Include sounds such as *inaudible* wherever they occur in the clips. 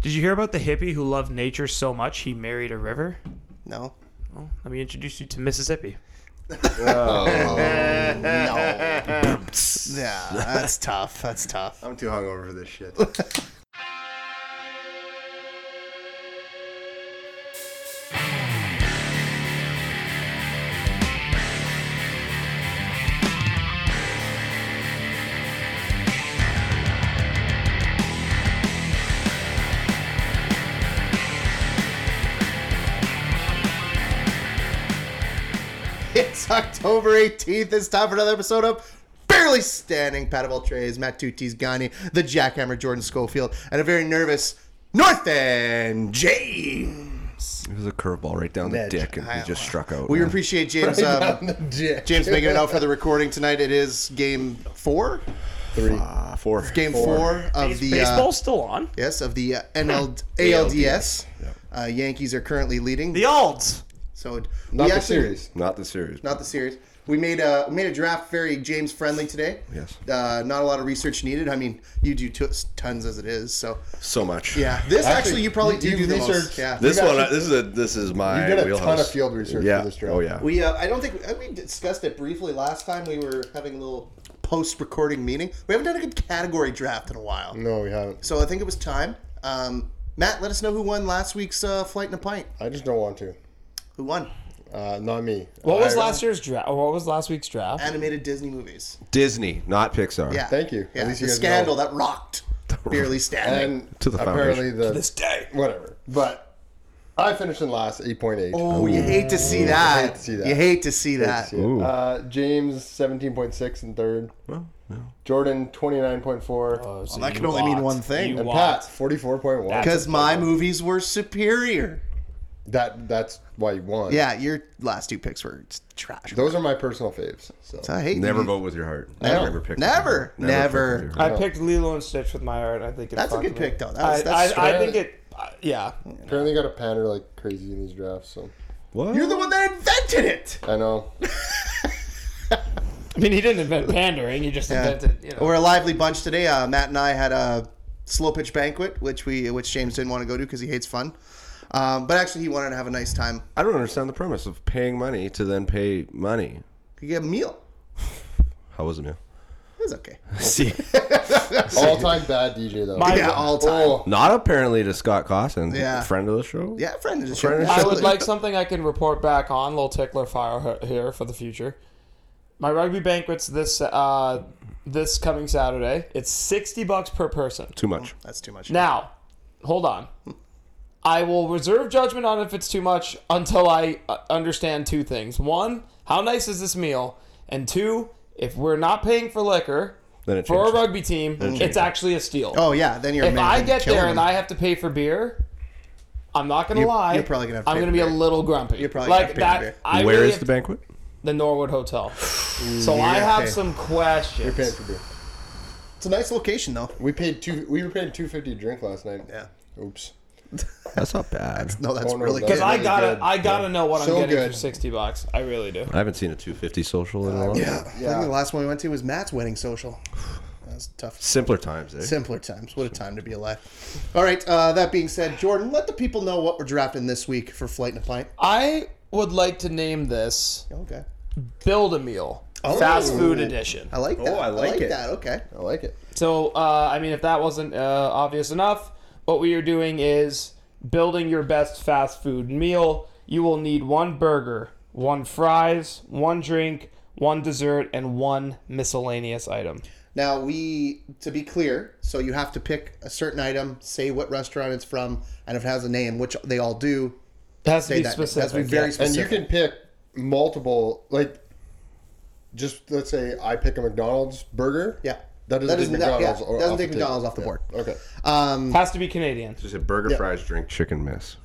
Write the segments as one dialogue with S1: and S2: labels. S1: Did you hear about the hippie who loved nature so much he married a river?
S2: No.
S1: Well, let me introduce you to Mississippi.
S2: Yeah, that's tough. That's tough.
S3: I'm too hungover for this
S4: *laughs*
S3: shit. it's October 18th. It's time for another episode of Barely Standing. Pat of all trades, Matt Tutis, Gani, the Jackhammer, Jordan Schofield, and a very nervous North End James.
S4: It was a curveball right down the
S2: Ned,
S4: dick, and
S2: I-
S4: he just struck out.
S3: We
S4: man.
S3: appreciate James. um, *laughs* James making it out for the recording tonight. It is game four.
S5: Three.
S4: four.
S3: Game four, of
S1: Is
S3: the uh,
S1: baseball's still on?
S3: yes of the uh, NL, ALDS. Uh, Yankees are currently leading.
S1: The Alds.
S3: so it-
S5: Not
S3: we
S5: the
S3: actually-
S5: series.
S4: Not the series.
S3: Not the series. We made a we made a draft very James friendly today.
S4: Yes.
S3: Uh, not a lot of research needed. I mean, you do t- tons as it is. So
S4: so much.
S3: yeah, this actually, you probably do
S5: you-
S3: do
S5: you
S3: the most.
S5: researched-
S3: Yeah.
S4: This
S5: You got
S4: one.
S5: you-
S4: uh, This is a. This is my.
S5: You did a
S4: wheelhouse.
S5: ton of field research
S4: Yeah.
S5: for this draft.
S4: Oh yeah.
S3: we uh, I don't think uh, we discussed it briefly last time. We were having a little post recording meeting. We haven't done a good category draft in a while.
S5: No, we haven't.
S3: So I think it was time. Um, Matt, let us know who won last week's uh, flight in a pint.
S5: I just don't want to.
S3: Who won?
S5: Uh, not me.
S6: What was
S5: I-
S6: last year's draft? What was last week's draft?
S3: Animated Disney movies.
S4: Disney, not Pixar.
S3: Yeah.
S5: Thank you. At
S3: Yeah.
S5: least you
S3: the
S5: guys
S3: scandal that
S5: *laughs*
S3: rocked. Barely standing.
S5: And
S4: To the
S5: apparently
S4: foundation.
S5: the
S6: day.
S5: whatever. But I finished in last, eight point eight.
S3: oh, you hate to see that.
S5: hate to see that.
S3: You hate to see that.
S5: Uh, James seventeen point six in third.
S4: Well, yeah.
S5: Jordan twenty nine point four.
S3: that can only mean one thing.
S6: You
S5: and
S6: lot.
S5: Pat forty four point one.
S3: Because my movies were superior.
S5: That that's why you won.
S3: Yeah, your last two picks were trash.
S5: Those are my personal faves. So
S3: I hate
S4: Never
S3: you.
S4: vote with your heart.
S3: Never.
S4: Never pick.
S3: Never.
S4: With your heart.
S3: Never.
S4: pick with your heart.
S6: I picked Lilo and Stitch with my art. I think it
S3: That's a
S6: fucked
S3: good
S6: me.
S3: pick, though. That was-
S6: I,
S3: that's
S6: I, I
S5: straight.
S6: think it. Uh, yeah.
S5: apparently got to pander like crazy in these drafts. So
S4: What?
S3: You're the one that invented it.
S5: I know.
S6: I mean, he didn't invent pandering. He just invented. You know.
S3: We're a lively bunch today. Uh, Matt and I had a slow pitch banquet, which we which James didn't want to go to because he hates fun. Um, but actually, he wanted to have a nice time.
S4: I don't understand the premise of paying money to then pay money.
S3: He get a meal.
S4: How was
S3: *laughs*
S4: it, man?
S3: It was okay.
S4: See,
S5: All time bad DJ though.
S6: My-
S3: Yeah, all time.
S5: Oh,
S4: not apparently to Scott Cawson,
S3: Yeah.
S4: friend of the show.
S3: Yeah, friend of the
S4: Friend
S3: show.
S4: of the
S6: I would like something I can report back on. Little tickler fire h- here for the future. My rugby banquet's this uh, this coming Saturday. It's sixty bucks per person.
S4: Too much.
S3: That's too much.
S6: Now, hold on. I will reserve judgment on if it's too much until I uh, understand two things. One, how nice is this meal? And two, if we're not paying for liquor
S4: Then it
S6: for a
S4: changes.
S6: rugby team, it's actually a steal.
S3: Oh yeah, then you're.
S6: if
S3: man,
S6: I
S3: you're
S6: get
S3: killing
S6: there and
S3: me.
S6: I have to pay for beer, I'm not gonna
S3: You're-
S6: lie.
S3: you're probably gonna have to
S6: I'm
S3: pay
S6: gonna
S3: for
S6: be a
S3: beer.
S6: little grumpy. You're
S3: probably
S6: like
S3: gonna have
S6: that.
S3: to pay for beer.
S6: I
S4: Where
S6: really
S4: is
S6: have
S4: the banquet?
S6: the Norwood Hotel?
S3: *sighs*
S6: so I
S3: you're
S6: have
S3: paying.
S6: some questions.
S5: paying for beer.
S3: It's a nice location though. *laughs*
S5: We paid two. We were paying two fifty a drink last night.
S3: Yeah.
S5: Oops.
S4: That's not bad.
S3: No, that's
S5: Oh, no,
S3: really
S5: that-
S3: good.
S6: Because I
S5: Really
S6: gotta,
S5: good.
S6: I gotta know what
S5: So
S6: I'm getting
S5: good.
S6: for sixty bucks. I really do.
S4: I haven't seen a 250 social in a while.
S3: Uh, yeah. I think the last one we went to was Matt's wedding social. That's tough.
S4: Simpler times, eh?
S3: Simpler times. What a time to be alive. All right. Uh, that being said, Jordan, let the people know what we're drafting this week for Flight and a Pint.
S6: I would like to name this
S3: Okay.
S6: Build a Meal
S3: Oh.
S6: Fast Food Edition.
S3: I like that.
S5: Oh, I like it.
S3: that. Okay.
S5: I like it.
S6: So, uh, I mean, if that wasn't uh, obvious enough, what we are doing is building your best fast food meal. You will need one burger, one fries, one drink, one dessert, and one miscellaneous item.
S3: Now we, to be clear, so you have to pick a certain item, say what restaurant it's from, and if it has a name, which they all do.
S6: It has to
S3: Say
S6: be
S3: that.
S6: specific.
S3: That's very
S6: yeah.
S5: And you
S3: specific.
S5: can pick multiple. Like, just let's say I pick a McDonald's burger.
S3: Yeah.
S5: That doesn't,
S3: That
S5: take
S3: doesn't, that,
S5: McDonald's.
S3: yeah,
S5: or
S3: doesn't
S5: off
S3: take
S5: the table.
S3: McDonald's off the board.
S5: Okay.
S3: Um,
S6: Has to be Canadian.
S4: Just a burger, fries, drink, chicken, miss.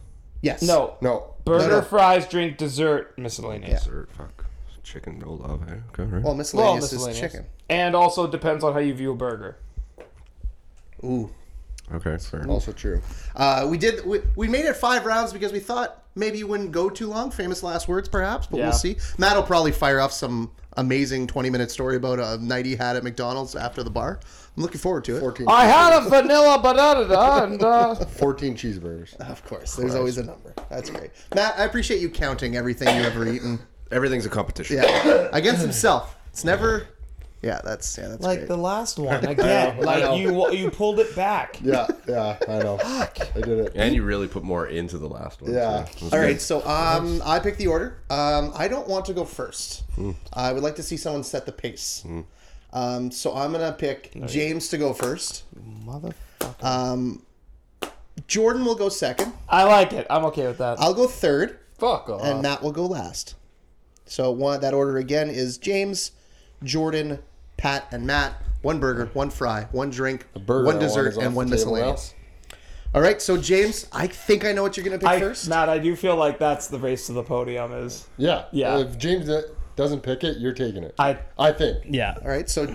S3: yes.
S6: No.
S5: No.
S6: Burger,
S3: No, no.
S6: fries, drink, dessert, miscellaneous.
S4: Dessert, fuck. Chicken, no love. Eh? Okay, right.
S3: Well,
S6: Well,
S3: miscellaneous,
S6: miscellaneous.
S3: is chicken.
S6: And also depends on how you view a burger.
S3: Ooh.
S4: okay, fair.
S5: Also true.
S3: Uh, we did. We, we made it five rounds because we thought Maybe you wouldn't go too long. Famous last words, perhaps, but
S6: Yeah.
S3: we'll see. Matt will probably fire off some amazing 20 minute story about a night he had at McDonald's after the bar. I'm looking forward to it.
S5: 14,
S6: I had a vanilla banana and uh,
S3: *laughs*
S5: 14 cheeseburgers.
S3: Of course, there's always a number. That's great. Matt, I appreciate you counting everything you've ever eaten.
S4: Everything's a competition.
S3: Yeah, against himself. It's never. Yeah, that's yeah,
S7: *laughs*
S3: that's
S7: Like
S3: great.
S7: the last one again.
S6: I
S7: like
S5: know.
S7: you you pulled it back.
S5: Yeah, yeah, I know. I did it.
S4: And you really put more into the last one. too.
S5: Yeah.
S4: It was
S3: All
S4: good.
S3: right, so um, I pick the order. Um, I don't want to go first.
S5: Hmm.
S3: I would like to see someone set the pace. Um, so I'm gonna pick James to go first.
S7: Motherfucker.
S3: Um, Jordan will go second.
S6: I like it. I'm okay with that.
S3: I'll go third,
S6: Fuck off.
S3: Uh,
S5: Uh.
S3: and Matt will go last. So one that order again is James, Jordan, Pat, and Matt. One burger, one fry, one drink,
S5: Burger
S3: one
S5: I want
S3: dessert,
S5: is off
S3: and one
S5: the table now.
S3: miscellaneous. All right, so James, I think I know what you're gonna pick
S6: I,
S3: first.
S6: Matt, I do feel like that's the race to the podium is.
S5: Yeah,
S6: Yeah.
S5: If James doesn't pick it, you're taking it.
S6: I
S5: I think.
S6: yeah.
S3: All right, so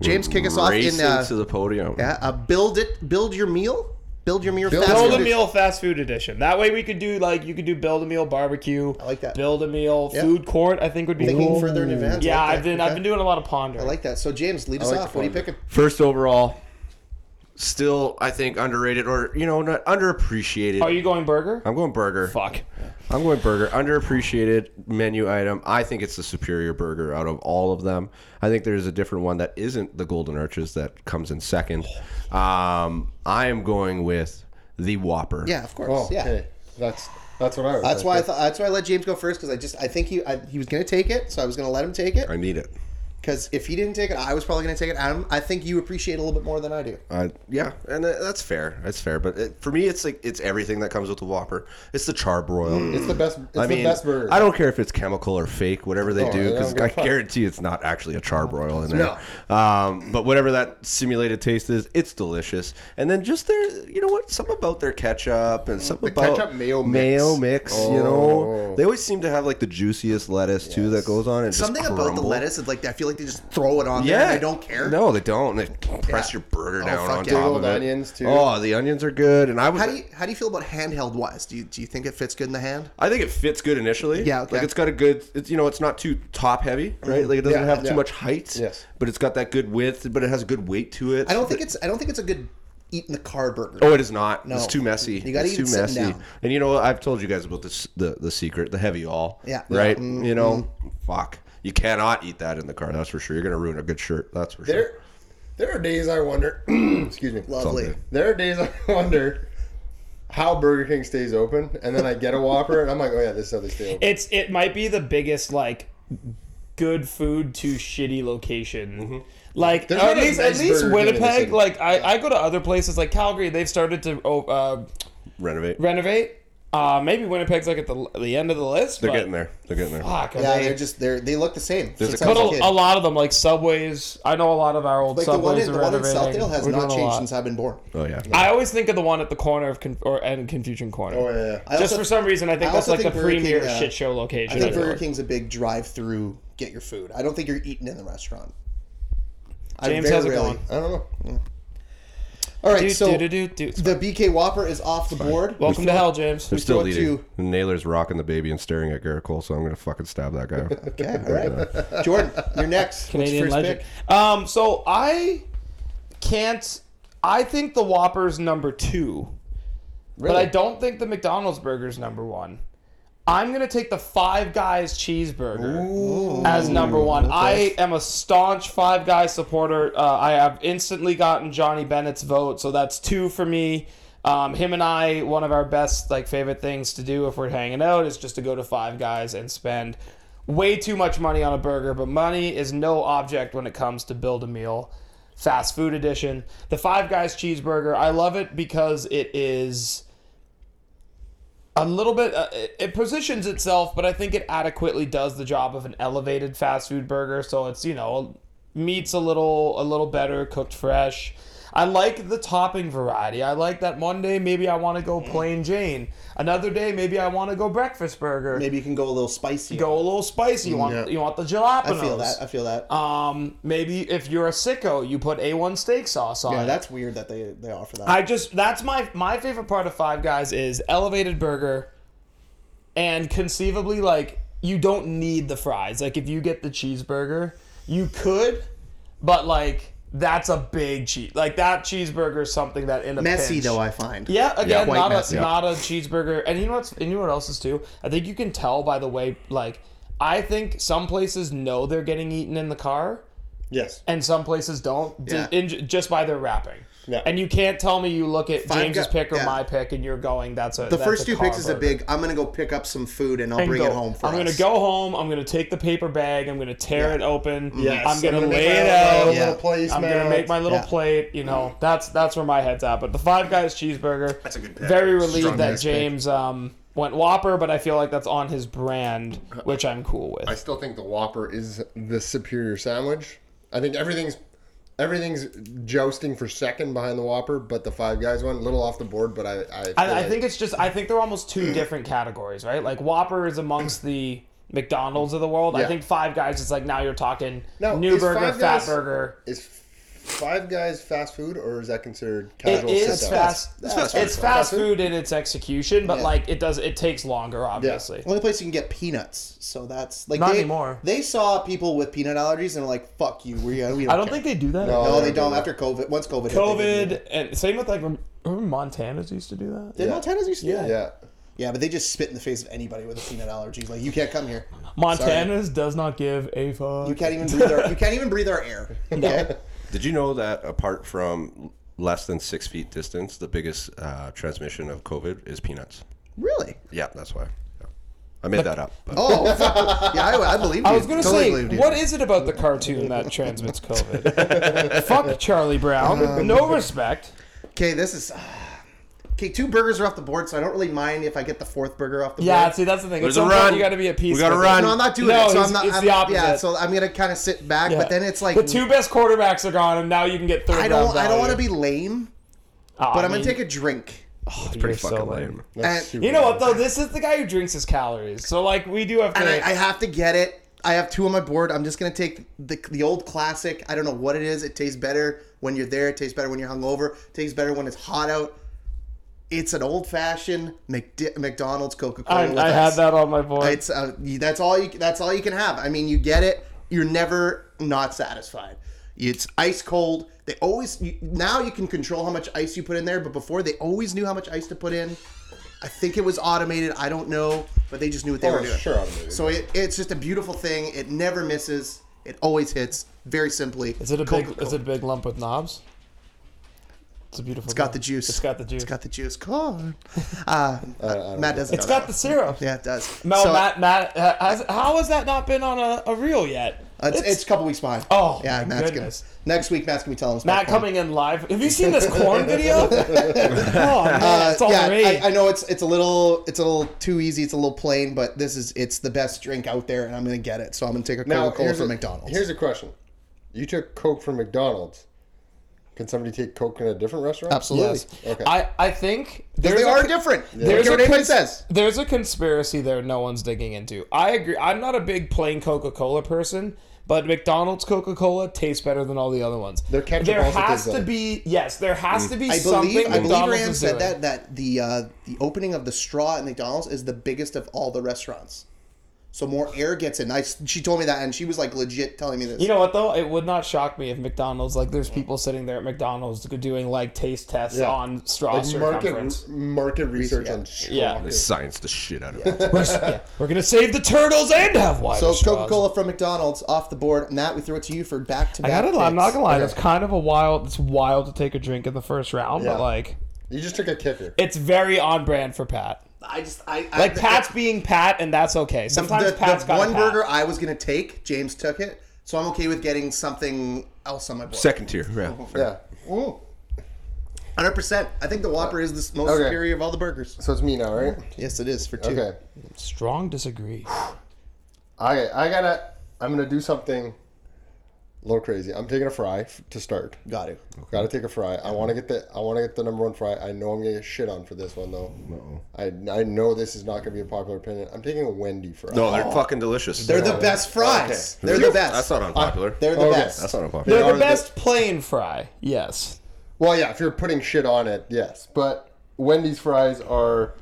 S3: James, kick us off in
S4: Racing
S3: uh,
S4: to the podium.
S3: yeah, uh, build it, build your meal, build your meal.
S5: Build-
S3: fast
S6: Build a
S3: food.
S6: meal fast food edition. That way we could do like you could do build a meal barbecue. I
S3: like that.
S6: Build a meal
S3: Yeah.
S6: food court. I think would be
S3: Thinking
S6: cool.
S3: further in advance. I
S6: yeah,
S3: like
S6: I've
S3: that.
S6: been I've
S3: Okay.
S6: been doing a lot of pondering.
S3: I like that. So James, lead us
S5: like
S3: off.
S5: the
S3: What are you
S5: flavor.
S3: picking?
S4: First overall, still I think underrated or you know not underappreciated.
S6: Are you going burger?
S4: I'm going burger.
S6: Fuck.
S4: I'm going burger. Underappreciated menu item. I think it's the superior burger out of all of them. I think there's a different one that isn't the Golden Arches that comes in second. Um, I am going with the Whopper.
S3: Yeah, of course.
S5: Oh,
S3: yeah.
S5: okay. That's that's what I was.
S3: That's why I
S5: thinking.
S3: thought. That's why I let James go first because I just I think he I, he was gonna take it, so I was gonna let him take it
S4: I need it.
S3: because if he didn't take it, I was probably gonna take it. Adam, I think you appreciate it a little bit more than I do.
S4: Uh, yeah, and uh, that's fair. That's fair. But it, for me, it's like it's everything that comes with the Whopper. It's the charbroil.
S5: It's the best. It's
S4: I
S5: the
S4: mean,
S5: best burger.
S4: I don't care if it's chemical or fake, whatever they
S5: Oh,
S4: do,
S5: I don't
S4: because
S5: give
S4: I
S5: a fuck.
S4: guarantee it's not actually a charbroil in there. Um, but whatever that simulated taste is, it's delicious. And then just their, you know what, some about their ketchup and some about
S5: ketchup mayo mix.
S4: mayo mix. You know,
S5: Oh.
S4: they always seem to have like the juiciest lettuce too that goes on. And just
S3: Something about the
S4: crumble.
S3: lettuce is like I feel like they just throw it on there.
S4: Yeah,
S3: and They don't care.
S4: No, they don't. They press your burger down
S3: fuck
S4: on
S3: yeah.
S4: top
S5: Big
S4: of
S5: old
S4: it.
S5: onions, too.
S4: Oh, the onions are good, and I would.
S3: How do you how do you feel about handheld wise? Do you do you think it fits good in the hand?
S4: I think it fits good initially.
S3: Yeah, okay. Mm-hmm.
S4: like it's got a good. It's you know, it's not too top heavy, right? Like it doesn't
S5: Yeah,
S4: have
S5: yeah.
S4: too much height.
S5: Yes.
S4: but it's got that good width, but it has a good weight to it.
S3: I don't think it's I don't think it's a good eat in the car burger.
S4: Oh, it is not.
S3: No.
S4: It's too messy.
S3: You gotta
S4: it's
S3: eat it
S4: too
S3: sitting
S4: messy.
S3: down.
S4: And you know, what? I've told you guys about this the the secret, the heavy all.
S3: Yeah. Mm-hmm.
S4: Right. Mm-hmm. You know, fuck. You cannot eat that in the car. That's for sure. You're gonna ruin a good shirt. That's for sure.
S5: There, there are days I wonder. *clears throat* excuse me.
S3: Lovely.
S4: good.
S5: There are days *laughs* I wonder how Burger King stays open, and then I get a Whopper, and I'm like, oh yeah, this is how they stay open.
S6: It's it might be the biggest like good food to shitty location. Like
S5: There's
S6: at
S5: not a
S6: least
S5: nice
S6: at least
S5: Burger King in the
S6: Winnipeg.
S5: city.
S6: Like I, I go to other places like Calgary. They've started to oh, uh,
S4: Renovate.
S6: renovate. Uh, maybe Winnipeg's like at the the end of the list.
S4: They're
S6: but
S4: getting there. They're getting there.
S6: Fuck, are
S3: Yeah,
S6: they-
S3: they're just they're they look the same.
S4: There's
S3: since
S4: a
S3: I was
S6: But
S4: couple-
S3: kid.
S6: a, a lot of them, like Subways, I know a lot of our old
S3: Like the one
S6: Subways
S3: in the
S6: are
S3: one in
S6: renovating.
S3: Southdale has
S6: We're
S3: not
S6: doing a
S3: changed
S6: lot.
S3: since I've been born.
S4: Oh yeah.
S6: I always think of the one at the corner of Con- or and Confusion Corner.
S5: Oh yeah, yeah.
S3: I
S6: Just
S3: also-
S6: for some reason, I think
S3: I
S6: that's
S3: also
S6: like
S3: think
S6: the
S3: Burger
S6: premier
S3: King, uh,
S6: shit show location.
S3: I think
S6: feel
S3: Burger
S6: like.
S3: King's a big drive-through get your food. I don't think you're eating in the restaurant. I
S6: James,
S3: very
S6: how's it
S3: rarely-
S6: going?
S5: I don't know.
S3: All right,
S6: Dude,
S3: so
S6: dude, dude, dude,
S3: the BK Whopper is off the board.
S6: Welcome to hell, James.
S4: I'm still
S3: throw it to
S4: leading. Naylor's rocking the baby and staring at Garrett Cole, so I'm gonna fucking stab that guy.
S3: *laughs* Okay, all right. Jordan, you're next.
S6: Canadian
S3: What's your
S6: legend.
S3: first
S6: Um, so I can't. I think the Whopper's number two, but I don't think the McDonald's burger's number one. I'm gonna take the Five Guys cheeseburger as number one. I am a staunch Five Guys supporter. Uh, I have instantly gotten Johnny Bennett's vote, so that's two for me. Um, him and I, one of our best like favorite things to do if we're hanging out is just to go to Five Guys and spend way too much money on a burger. But money is no object when it comes to build a meal fast food edition. The Five Guys cheeseburger, I love it because it is a little bit. Uh, it, it positions itself, but I think it adequately does the job of an elevated fast food burger. So it's you know meats a little a little better, cooked fresh. I like the topping variety. I like that one day maybe I want to
S3: Mm.
S6: go plain Jane. Another day maybe I want to go breakfast burger.
S3: pick? Maybe you can go a little spicy.
S6: Go a little spicy. You want
S5: Yeah.
S6: you want the jalapenos.
S3: I feel that. I feel that.
S6: Um, maybe if you're a sicko, you put A1 steak sauce on.
S3: yeah,
S6: it.
S3: that's weird that they they offer that.
S6: I just that's my my favorite part of Five Guys is elevated burger, and conceivably like you don't need the fries like if you get the cheeseburger you could but like that's a big cheese like that cheeseburger is something that in a
S3: Messy
S6: pinch-
S3: though, I find.
S6: yeah, again,
S3: quite
S6: not
S3: messy.
S6: a not a cheeseburger. And you know what's and you know what else is too? I think you can tell by the way like I think some places know they're getting eaten in the car
S5: Yes.
S6: and some places don't d-
S3: Yeah.
S6: in, just by their wrapping.
S5: Yeah.
S6: And you can't tell me you look at James's
S3: Gu-
S6: pick or
S3: yeah.
S6: my pick and you're going that's a
S3: The first two picks is a big. I'm gonna go pick up some food and I'll bring it home for
S6: I'm gonna
S3: us.
S6: go home. I'm gonna take the paper bag. I'm gonna tear it open.
S5: Yes.
S6: I'm gonna,
S5: make
S6: lay
S5: my
S6: it
S5: own
S6: out.
S5: little
S3: Yeah.
S5: place,
S6: I'm
S5: man.
S6: gonna make my little
S3: Yeah.
S6: plate. You know, that's that's where my head's at. But the Five Guys cheeseburger. That's a good pick. Very relieved
S5: Strong
S6: that
S5: guys pick.
S6: James um, went Whopper, but I feel like that's on his brand, which I'm cool
S5: I
S6: with.
S5: still think the Whopper is the superior sandwich. I think everything's everything's jousting for second behind the Whopper, but the Five Guys one, a little off the board, but I I, feel
S6: I, I
S5: like-
S6: think it's just I think they're almost two different categories, right? Like Whopper is amongst the McDonald's of the world. I
S5: Yeah.
S6: think Five Guys is like now you're talking
S5: Now,
S6: new
S5: is
S6: burger,
S5: Five
S6: fat
S5: Guys-
S6: burger.
S5: is Five Guys fast food or is that considered
S6: It
S5: casual?
S6: is
S5: sit-down?
S6: fast.
S3: fast
S6: It's fast food in its execution, but
S3: Yeah.
S6: like it does, it takes longer, obviously.
S3: Only place you can get peanuts. So that's like
S8: Not
S3: they,
S8: anymore.
S3: They saw people with peanut allergies and were like, "Fuck you, we, uh, we don't."
S6: I don't
S3: care."
S6: think they do that.
S3: No,
S5: No,
S3: they
S5: they're
S3: don't.
S5: doing
S3: After COVID, once COVID, hit, they didn't.
S6: COVID and same with like rem- remember Montana's used to do that.
S3: Did Montana's used to do that?
S5: Yeah.
S3: Yeah, but they just spit in the face of anybody with a peanut allergy. Like you can't come here.
S6: Montana's does not give a fuck.
S3: You can't even breathe our you can't even breathe
S6: *laughs*
S3: our air. Okay.
S4: Did you know that apart from less than six feet distance, the biggest uh, transmission of COVID is peanuts?
S3: really?
S4: Yeah, that's why. Yeah. I made that up. But
S3: Oh, *laughs* fuck. yeah, I, I believe you.
S6: I was gonna
S3: Totally
S6: say,
S3: believed you.
S6: what is it about the cartoon that transmits COVID? fuck Charlie Brown. No respect.
S3: Okay, this is. *sighs* okay, two burgers are off the board, so I don't really mind if I get the fourth burger off the
S6: Yeah,
S3: board.
S6: see, that's the thing.
S4: There's
S6: There's
S4: a
S6: a
S4: run.
S6: You got to be at peace.
S4: We gotta
S6: with it.
S4: run.
S3: No, I'm not doing
S6: No,
S3: it. So
S6: it's-
S3: I'm not.
S6: it's
S3: I'm,
S6: the
S3: Yeah,
S6: opposite.
S3: so I'm gonna kind of sit back,
S6: Yeah.
S3: but then it's like
S6: the two best quarterbacks are gone, and now you can get third. Oh,
S3: I don't. I don't want to be lame, but I am gonna take a drink.
S6: It's
S4: pretty fucking lame.
S3: Uh,
S5: That's super
S6: You know
S5: bad.
S6: what though? This is the guy who drinks his calories. So like we do have to.
S3: and I, I have to get it. I have two on my board. I'm just gonna take the, the old classic. I don't know what it is. It tastes better when you're there. It tastes better when you're hungover. It tastes better when it's hot out. It's an old fashioned McD- McDonald's Coca Cola.
S6: I, I had that on my board.
S3: It's uh, you- that's all you that's all you can have. I mean, you get it. You're never not satisfied. It's ice cold. They always you, now you can control how much ice you put in there, but before they always knew how much ice to put in. I think it was automated. I don't know, but they just knew what they
S5: Oh,
S3: were doing.
S5: sure, automated.
S3: So it, it's just a beautiful thing. It never misses. It always hits. Very simply.
S6: Is it a big?
S3: Coca-Cola.
S6: Is it a big lump with knobs? It's a beautiful.
S3: It's got the juice.
S6: It's got the juice.
S3: It's got the
S6: *laughs*
S3: juice. Corn. Uh, Matt doesn't.
S6: it's
S3: know that
S6: got the syrup.
S3: one. Yeah, it does.
S6: No,
S3: So,
S6: Matt. Matt. Uh, has, how has that not been on a, a reel yet?
S3: It's, it's a couple weeks behind.
S6: Oh,
S3: yeah,
S6: my
S3: Matt's
S6: goodness.
S3: gonna. Next week, Matt's gonna be telling us.
S6: Matt
S3: about corn.
S6: coming in live. Have you seen this
S3: *laughs*
S6: corn video? oh man,
S3: Uh,
S6: it's all
S3: yeah,
S6: great.
S3: I, I know it's it's a little it's a little too easy. It's a little plain, but this is it's the best drink out there, and I'm gonna get it. So I'm gonna take a
S5: Now,
S3: Coca Cola
S5: here's
S3: from
S5: a-
S3: McDonald's.
S5: Here's a question: You took Coke from McDonald's. Can somebody take Coke in a different restaurant?
S3: Absolutely,
S5: Okay.
S6: I, I think
S3: they
S6: there's a
S3: are
S6: co-
S3: different.
S6: There's
S3: There's what
S6: a
S3: anybody
S6: cons-
S3: says.
S6: There's a conspiracy there no one's digging into. I agree. I'm not a big plain Coca Cola person, but McDonald's Coca Cola tastes better than all the other ones.
S5: Their ketchup
S6: there
S5: also
S6: has
S5: tastes
S6: to
S5: better.
S6: be yes, there has to be
S3: I
S6: something
S3: believe I believe
S6: McDonald's
S3: Rand
S6: is
S3: said
S6: doing.
S3: that that the uh, the opening of the straw at McDonald's is the biggest of all the restaurants. So more air gets in. I, she told me that, and she was like legit telling me this.
S6: You know what though? It would not shock me if McDonald's like there's people sitting there at McDonald's doing like taste tests
S5: Yeah.
S6: on straw
S5: Like
S6: circumference.
S5: market market research on
S6: Yeah.
S4: They science the shit out of it.
S6: We're,
S3: *laughs*
S6: yeah. We're gonna save the turtles and have wider
S3: so
S6: straws.
S3: Coca Cola from McDonald's off the board. Matt, we throw it to you for back to
S6: I
S3: back.
S6: gotta, I'm not gonna lie. It's kind of a wild. It's wild to take a drink in the first round,
S5: Yeah.
S6: but like
S5: You just took a kicker.
S6: it's very on brand for Pat.
S3: I just I, I
S6: Like Pat's being Pat, and that's okay. Sometimes
S3: the,
S6: Pat's
S3: the
S6: got
S3: one
S6: Pat.
S3: burger I was gonna take, James took it, so I'm okay with getting something else on my board.
S4: Second tier.
S3: *laughs*
S4: Yeah. fair.
S5: Yeah.
S3: Hundred percent. I think the Whopper is the s- most
S5: Okay.
S3: superior of all the burgers.
S5: So it's me now, right?
S3: Yes, it is for two.
S5: Okay.
S6: Strong
S3: *sighs*
S6: disagree.
S5: I I gotta. I'm gonna do something a little crazy. I'm taking a fry f- to start.
S3: Got it.
S5: Gotta take a fry. I want to get the I want to get the number one fry. I know I'm gonna get shit on for this one though. I I know this is not gonna be a popular opinion. I'm taking a Wendy fry.
S4: No, they're fucking delicious.
S3: They're the best fries. They're the best.
S4: That's not unpopular.
S3: They're the
S5: Okay.
S3: best.
S4: That's not unpopular.
S5: They
S6: They're
S5: are
S6: the
S5: the-
S6: best plain fry. Yes.
S5: Well, yeah, if you're putting shit on it, yes. But Wendy's fries are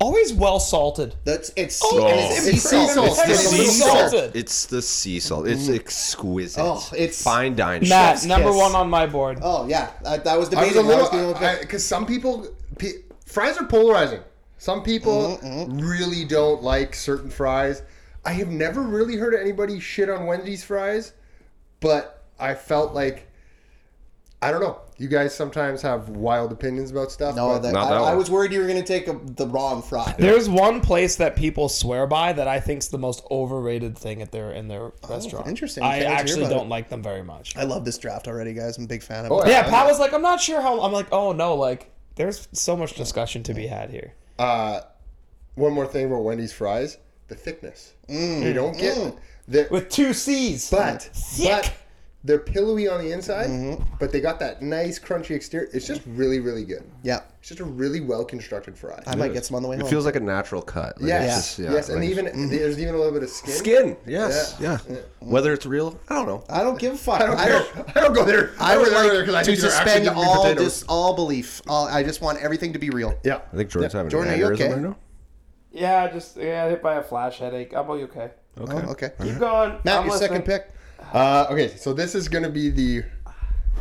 S6: Always well salted.
S3: That's it's
S6: Oh,
S3: and
S4: it's
S6: salt.
S3: It's,
S6: It's sea
S3: sea salt.
S6: salt. Salted.
S4: It's the sea salt. It's exquisite.
S3: Mm. Oh, it's-
S4: fine dining.
S6: Matt,
S3: Chef's
S6: number
S3: kiss.
S6: one on my board.
S3: Oh yeah, I, that was
S5: I was
S3: debating.
S5: a
S3: I was
S5: little
S3: gonna-
S5: because some people pe- fries are polarizing. Some people
S3: Mm-hmm,
S5: really don't like certain fries. I have never really heard anybody shit on Wendy's fries, but I felt like I don't know. You guys sometimes have wild opinions about stuff.
S3: no,
S5: but
S3: that,
S4: Not
S3: I,
S4: that
S3: I
S4: one.
S3: was worried you were gonna take a, the wrong fry.
S6: There's one place that people swear by that I think's the most overrated thing at their in their restaurant.
S3: Oh, interesting.
S6: I
S3: Can't hear
S6: actually
S3: about
S6: don't
S3: it. Uh,
S6: like them very much.
S3: I love this draft already, guys. I'm a big fan of
S5: Oh,
S3: it.
S6: Yeah, Pat was like, I'm not sure how. I'm like, oh no, like there's so much discussion to be had here.
S5: uh, one more thing about Wendy's fries: the thickness.
S3: Mm,
S5: You don't get the
S6: With two C's.
S5: But
S6: Thick.
S5: but they're pillowy on the inside,
S3: Mm-hmm.
S5: but they got that nice crunchy exterior. It's just really really good.
S3: Yeah,
S5: It's just a really well constructed fry.
S3: I might get some on the way
S4: It
S3: home.
S4: feels like a natural cut. Like,
S5: yes,
S4: it's just- yeah,
S5: yes, and
S4: like-
S5: even
S3: Mm-hmm.
S5: there's even a little bit of skin.
S4: skin. Yes, yeah. Whether it's real, I don't know.
S3: I don't give a fuck.
S5: I don't,
S3: *laughs*
S5: care. I don't go there.
S3: I would
S5: don't go
S3: like
S5: there 'cause I
S3: to
S5: think they're actually
S3: suspend
S5: giving me
S3: all
S5: potatoes.
S3: dis, all belief. All, I just want everything to be real.
S5: Yeah,
S4: I think Jordan's having
S3: Jordan, are
S4: an
S3: you
S4: aneurysm
S3: okay?
S4: right now.
S6: Yeah, just yeah, hit by a flash headache. I'm okay.
S3: Okay. Oh, okay.
S6: Keep going.
S3: Matt,
S6: I'm
S3: your
S6: listening.
S3: second pick.
S5: Uh, okay, so this is gonna be the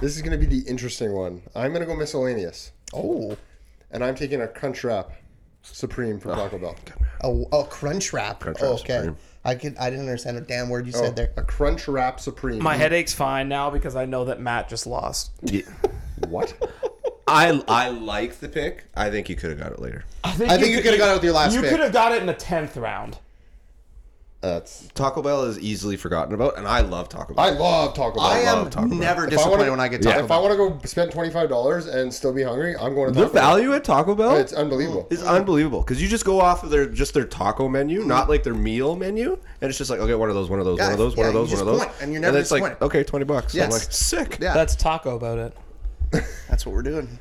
S5: this is gonna be the interesting one. I'm gonna go miscellaneous,
S3: Oh,
S5: and I'm taking a crunch wrap supreme for Taco Bell.
S3: oh, oh crunch wrap.
S4: Crunch
S3: oh,
S4: wrap
S3: okay.
S4: supreme.
S3: I could. I didn't understand a damn word you
S5: Oh,
S3: said there.
S5: a crunch wrap supreme.
S9: My headache's fine now because I know that Matt just lost.
S3: *laughs*
S5: what?
S4: I I like the pick. I think you could have got it later.
S3: I think you
S6: could-
S3: could have got it with your last
S6: You
S3: pick.
S6: could have got it in the tenth round.
S5: That's
S4: Taco Bell is easily forgotten about, and I love Taco Bell.
S5: I love Taco Bell.
S3: I
S4: love Taco Bell.
S3: am never
S5: If I
S3: disappointed
S5: wanna-
S3: when I get
S5: yeah,
S3: Taco
S5: If I
S3: Bell.
S5: want to go spend twenty five dollars and still be hungry, I'm going to
S4: the
S5: Taco Bell.
S4: value at Taco Bell
S3: uh,
S5: It's unbelievable.
S4: is unbelievable because you just go off of their just their taco menu, not like their meal menu, and it's just like okay, one of those, one of those,
S3: Mm-hmm. Yeah,
S4: one of those,
S3: yeah,
S4: one of
S3: you
S4: those, one
S3: just
S4: of those,
S3: point, and you're never
S4: it's like
S3: disappointed.
S4: okay, twenty bucks. I'm
S3: Yes.
S4: like sick.
S3: Yeah.
S6: That's taco about it.
S3: That's what we're doing.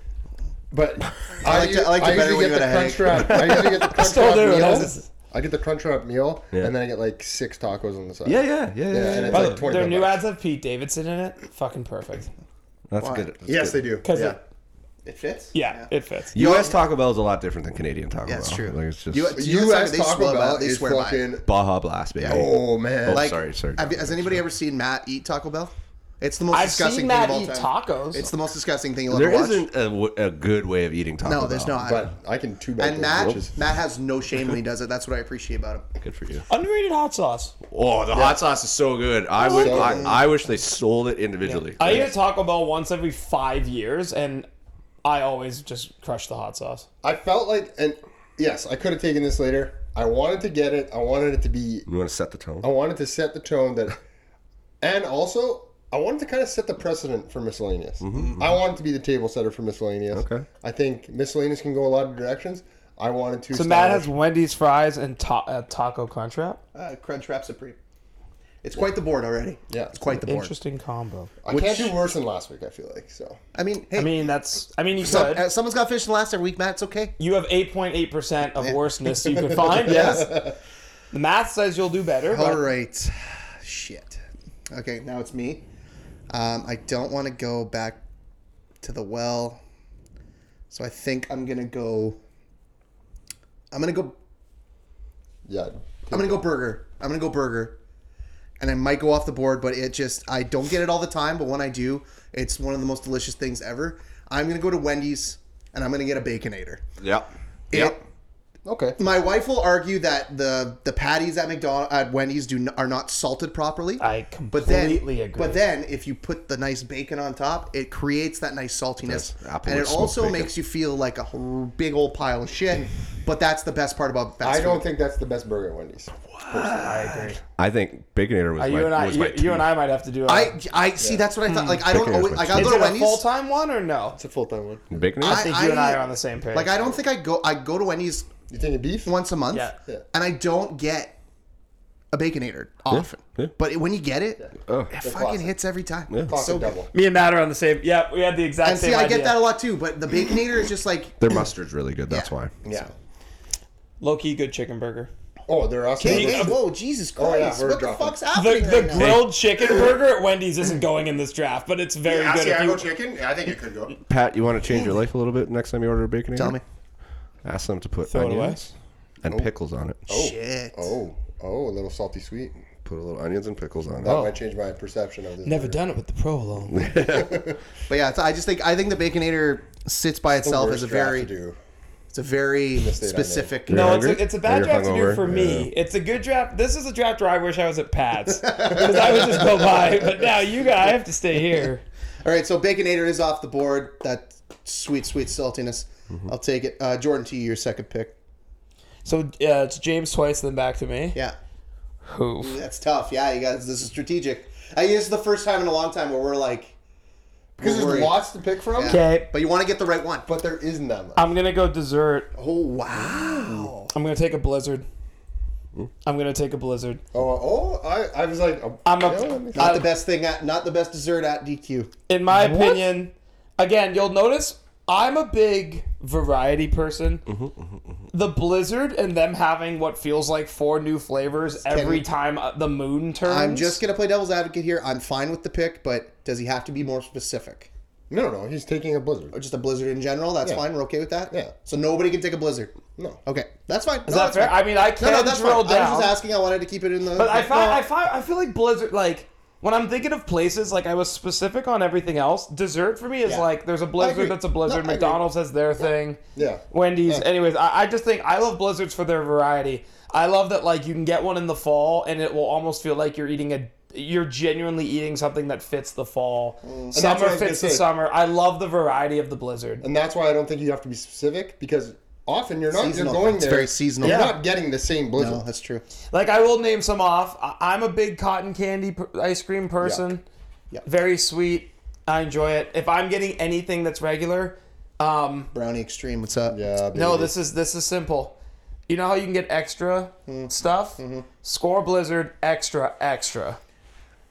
S5: But
S4: *laughs*
S3: I like to- I like to better
S5: usually
S3: when
S5: get
S3: you
S5: the
S3: had a
S5: crunch
S3: *laughs*
S5: wrap. I usually get the crunch
S6: Still
S5: wrap
S6: do it.
S5: meal.
S6: That's-
S5: I get the crunch wrap meal,
S4: Yeah.
S5: and then I get like six tacos on the side.
S4: yeah, yeah, yeah, yeah. yeah,
S5: and
S4: yeah.
S5: it's
S6: By
S5: like
S6: the way,
S5: 25
S6: their new
S5: bucks.
S6: ads have Pete Davidson in it. Fucking perfect.
S4: That's good. That's
S5: Yes,
S4: good.
S5: they do.
S6: Because
S5: yeah.
S6: it,
S3: It fits.
S6: yeah, it fits.
S4: U.S. Taco Bell is a lot different than Canadian Taco
S3: Yeah,
S4: Bell.
S3: it's true.
S4: Like it's just
S3: You-
S5: U.S.
S3: They
S5: Taco
S3: swear by
S5: Bell
S3: it. They
S5: is
S3: swear by it.
S5: fucking.
S4: Baja Blast, baby.
S5: Oh man!
S4: Like-
S5: Like
S4: Sorry, sorry.
S3: have you- has anybody ever seen Matt eat Taco Bell? It's the most
S6: I've
S3: disgusting
S6: seen
S3: thing
S6: Matt
S3: of all
S6: eat
S3: time.
S6: tacos.
S3: It's the most disgusting thing you'll
S4: There
S3: ever watch.
S4: isn't a, w- a good way of eating Taco Bell.
S3: no, there's not.
S5: but I can two back
S3: and
S5: those
S3: Matt,
S5: bitches.
S3: Matt has no shame when he does it. That's what I appreciate about him.
S4: Good for you.
S6: Underrated hot sauce.
S4: Oh, the hot sauce is so good. I would.
S5: like
S4: I,
S5: it.
S4: I wish they sold it individually.
S6: I eat at Taco Bell once every five years, and I always just crush the hot sauce.
S5: I felt like, and yes, I could have taken this later. I wanted to get it. I wanted it to be
S4: You want to set the tone?
S5: I wanted to set the tone that, and also I wanted to kind of set the precedent for miscellaneous. I wanted to be the table setter for miscellaneous.
S4: Okay.
S5: I think miscellaneous can go a lot of directions. I wanted to.
S6: So Matt has
S5: establish-
S6: Wendy's fries and ta- uh, taco crunch wrap.
S3: Uh, Crunch Wrap Supreme. It's quite the board already.
S5: Yeah.
S3: it's quite the board.
S6: Interesting combo.
S5: I can't do worse than last week. I feel like so.
S3: I mean, hey,
S6: I mean, that's. I mean, you
S3: so-
S6: could.
S3: uh, someone's got fish in the last every week, Matt. It's okay.
S6: You have 8.8% of worseness you could
S3: *laughs*
S6: find. Yes. The math says you'll do better.
S3: All
S6: But
S3: right. Shit. Okay, now it's me. Um, I don't want to go back to the well. So I think I'm going to go I'm going to go
S5: Yeah.
S3: I'm going to go burger. I'm going to go burger. And I might go off the board, but it just I don't get it all the time, but when I do, it's one of the most delicious things ever. I'm going to go to Wendy's and I'm going to get a baconator.
S4: Yep.
S3: It-
S4: Yep.
S5: Okay.
S3: my wife will argue that the the patties at McDonald at Wendy's do n- are not salted properly.
S6: I
S3: But then,
S6: completely agree.
S3: But then, if you put the nice bacon on top, it creates that nice saltiness,
S4: Nice apple
S3: and
S4: with
S3: it
S4: smoked
S3: also
S4: bacon.
S3: makes you feel like a whole- big old pile of shit. But that's the best part about fast
S5: I don't
S3: food.
S5: think that's the best burger at Wendy's.
S6: I agree.
S4: I think Baconator was
S6: Uh,
S4: my,
S6: you and I,
S4: was my
S6: you, you
S4: team.
S6: and I might have to do. A,
S3: I I see. That's what I
S4: Hmm.
S3: thought. Like I don't
S4: Baconator's
S3: always.
S4: my
S3: Like
S4: jam.
S3: I'll
S6: is
S3: go to
S6: it a
S3: Wendy's.
S6: full time one or no?
S5: It's a full time one.
S4: Baconator.
S6: I think you and I
S3: I-
S6: are on the same page.
S3: Like I don't think I go. I go to Wendy's
S5: You thinking beef?
S3: once a month,
S6: Yeah.
S5: Yeah.
S3: and I don't get a baconator often.
S4: yeah.
S3: But it, when you get it,
S4: Oh.
S3: it fucking
S5: classic.
S3: hits every time.
S5: Fucking
S3: It's so good.
S5: double.
S6: Me and Matt are on the same. Yeah, we had the exact
S3: And
S6: same
S3: see, I
S6: idea.
S3: get that a lot too. But the baconator is just
S5: *clears throat*
S3: like
S4: Their mustard's really good. That's
S3: Yeah.
S4: why.
S5: Yeah.
S6: Low key, good chicken burger.
S5: Oh, they're awesome.
S3: Hey, hey, whoa, Jesus
S5: Oh, yeah,
S3: Christ!
S5: we're
S3: what the
S5: dropping.
S3: fuck's
S6: The,
S3: happening
S6: the
S3: right now?
S6: grilled
S3: *clears throat*
S6: chicken burger at Wendy's isn't going in this draft, but it's very good. If you,
S5: chicken. I think it could go.
S4: Pat, you want to change your life a little bit next time you order a Baconator?
S3: Tell me.
S4: Ask them to put
S10: Throw it away?
S4: onions and pickles on it.
S3: Shit.
S5: Oh, oh, a little salty sweet.
S4: Put a little onions and pickles on it.
S5: That might change my perception of this.
S10: Never
S5: burger.
S10: done it with the pro alone.
S3: But yeah, it's, I just think I think the Baconator sits by
S5: The
S3: itself
S5: worst
S3: as a
S5: draft
S3: very
S5: to do.
S3: it's a very
S5: state I'm in.
S3: specific.
S4: You're
S6: No, it's a,
S4: hungry?
S6: it's a bad
S4: You're
S6: draft to do
S4: hungover?
S6: for me. It's a good draft. This is a draft where I wish I was at Pat's because I would just go by. But now you guys, I have to stay here.
S3: All right, so Baconator is off the board. That sweet, sweet saltiness.
S5: Mm-hmm.
S3: I'll take it. Uh, Jordan, to you, your second pick.
S6: So uh, it's James twice, then back to me.
S3: Yeah,
S6: Who?
S3: that's tough. Yeah, you guys, this is strategic. I guess this is the first time in a long time where we're like, we're
S5: Because there's
S3: worried.
S5: lots to pick from,
S6: Okay,
S3: but you want to get the right one.
S5: but there isn't that much.
S6: I'm gonna go dessert.
S3: Oh wow!
S6: I'm gonna take a blizzard. I'm gonna take a blizzard.
S5: Oh, oh, I, I was like, oh,
S6: I'm
S5: yeah, that
S6: a.
S5: makes-
S3: Not
S6: I-
S3: the best thing. At, not the best dessert at DQ.
S6: in my opinion, again, you'll notice I'm a big variety person.
S3: Mm-hmm,
S6: The blizzard and them having what feels like four new flavors every
S3: we-
S6: time uh, the moon turns.
S3: I'm just gonna play devil's advocate here. I'm fine with the pick, but does he have to be more specific?
S5: no, no, he's taking a blizzard.
S3: Or just a blizzard in general? That's fine. We're okay with that.
S5: Yeah.
S3: So nobody can take a blizzard.
S5: No.
S3: Okay, that's fine.
S6: Is that fair? I mean, I
S3: No,
S6: can
S3: no, that's
S6: drill
S3: fine.
S6: down.
S3: I was just asking. I wanted to keep it in the.
S6: But I find, I find, I feel like Blizzard, like when I'm thinking of places, like I was specific on everything else. Dessert for me is
S3: Yeah.
S6: like there's a
S3: agree.
S6: Blizzard that's a Blizzard.
S3: No, I agree.
S6: McDonald's has their thing.
S5: Yeah.
S6: Wendy's. Anyways, I, I just think I love Blizzards for their variety. I love that like you can get one in the fall and it will almost feel like you're eating a. You're genuinely eating something that fits the fall.
S5: Mm. that's what
S6: Summer
S5: I was gonna
S6: fits the
S5: say.
S6: summer. I love the variety of the blizzard.
S5: And that's why I don't think you have to be specific because often you're not
S3: Seasonal.
S5: you're going
S3: It's
S5: there.
S3: very seasonal.
S5: You're
S3: Yeah.
S5: not getting the same blizzard.
S3: No, that's true.
S6: Like I will name some off. I- I'm a big cotton candy per- ice cream person.
S3: Yuck.
S6: Very sweet. I enjoy it. If I'm getting anything that's regular, um,
S3: Brownie extreme. What's up?
S5: yeah.
S6: no,
S5: baby.
S6: this is this is simple. You know how you can get extra
S5: Mm-hmm.
S6: stuff? Score Blizzard extra extra.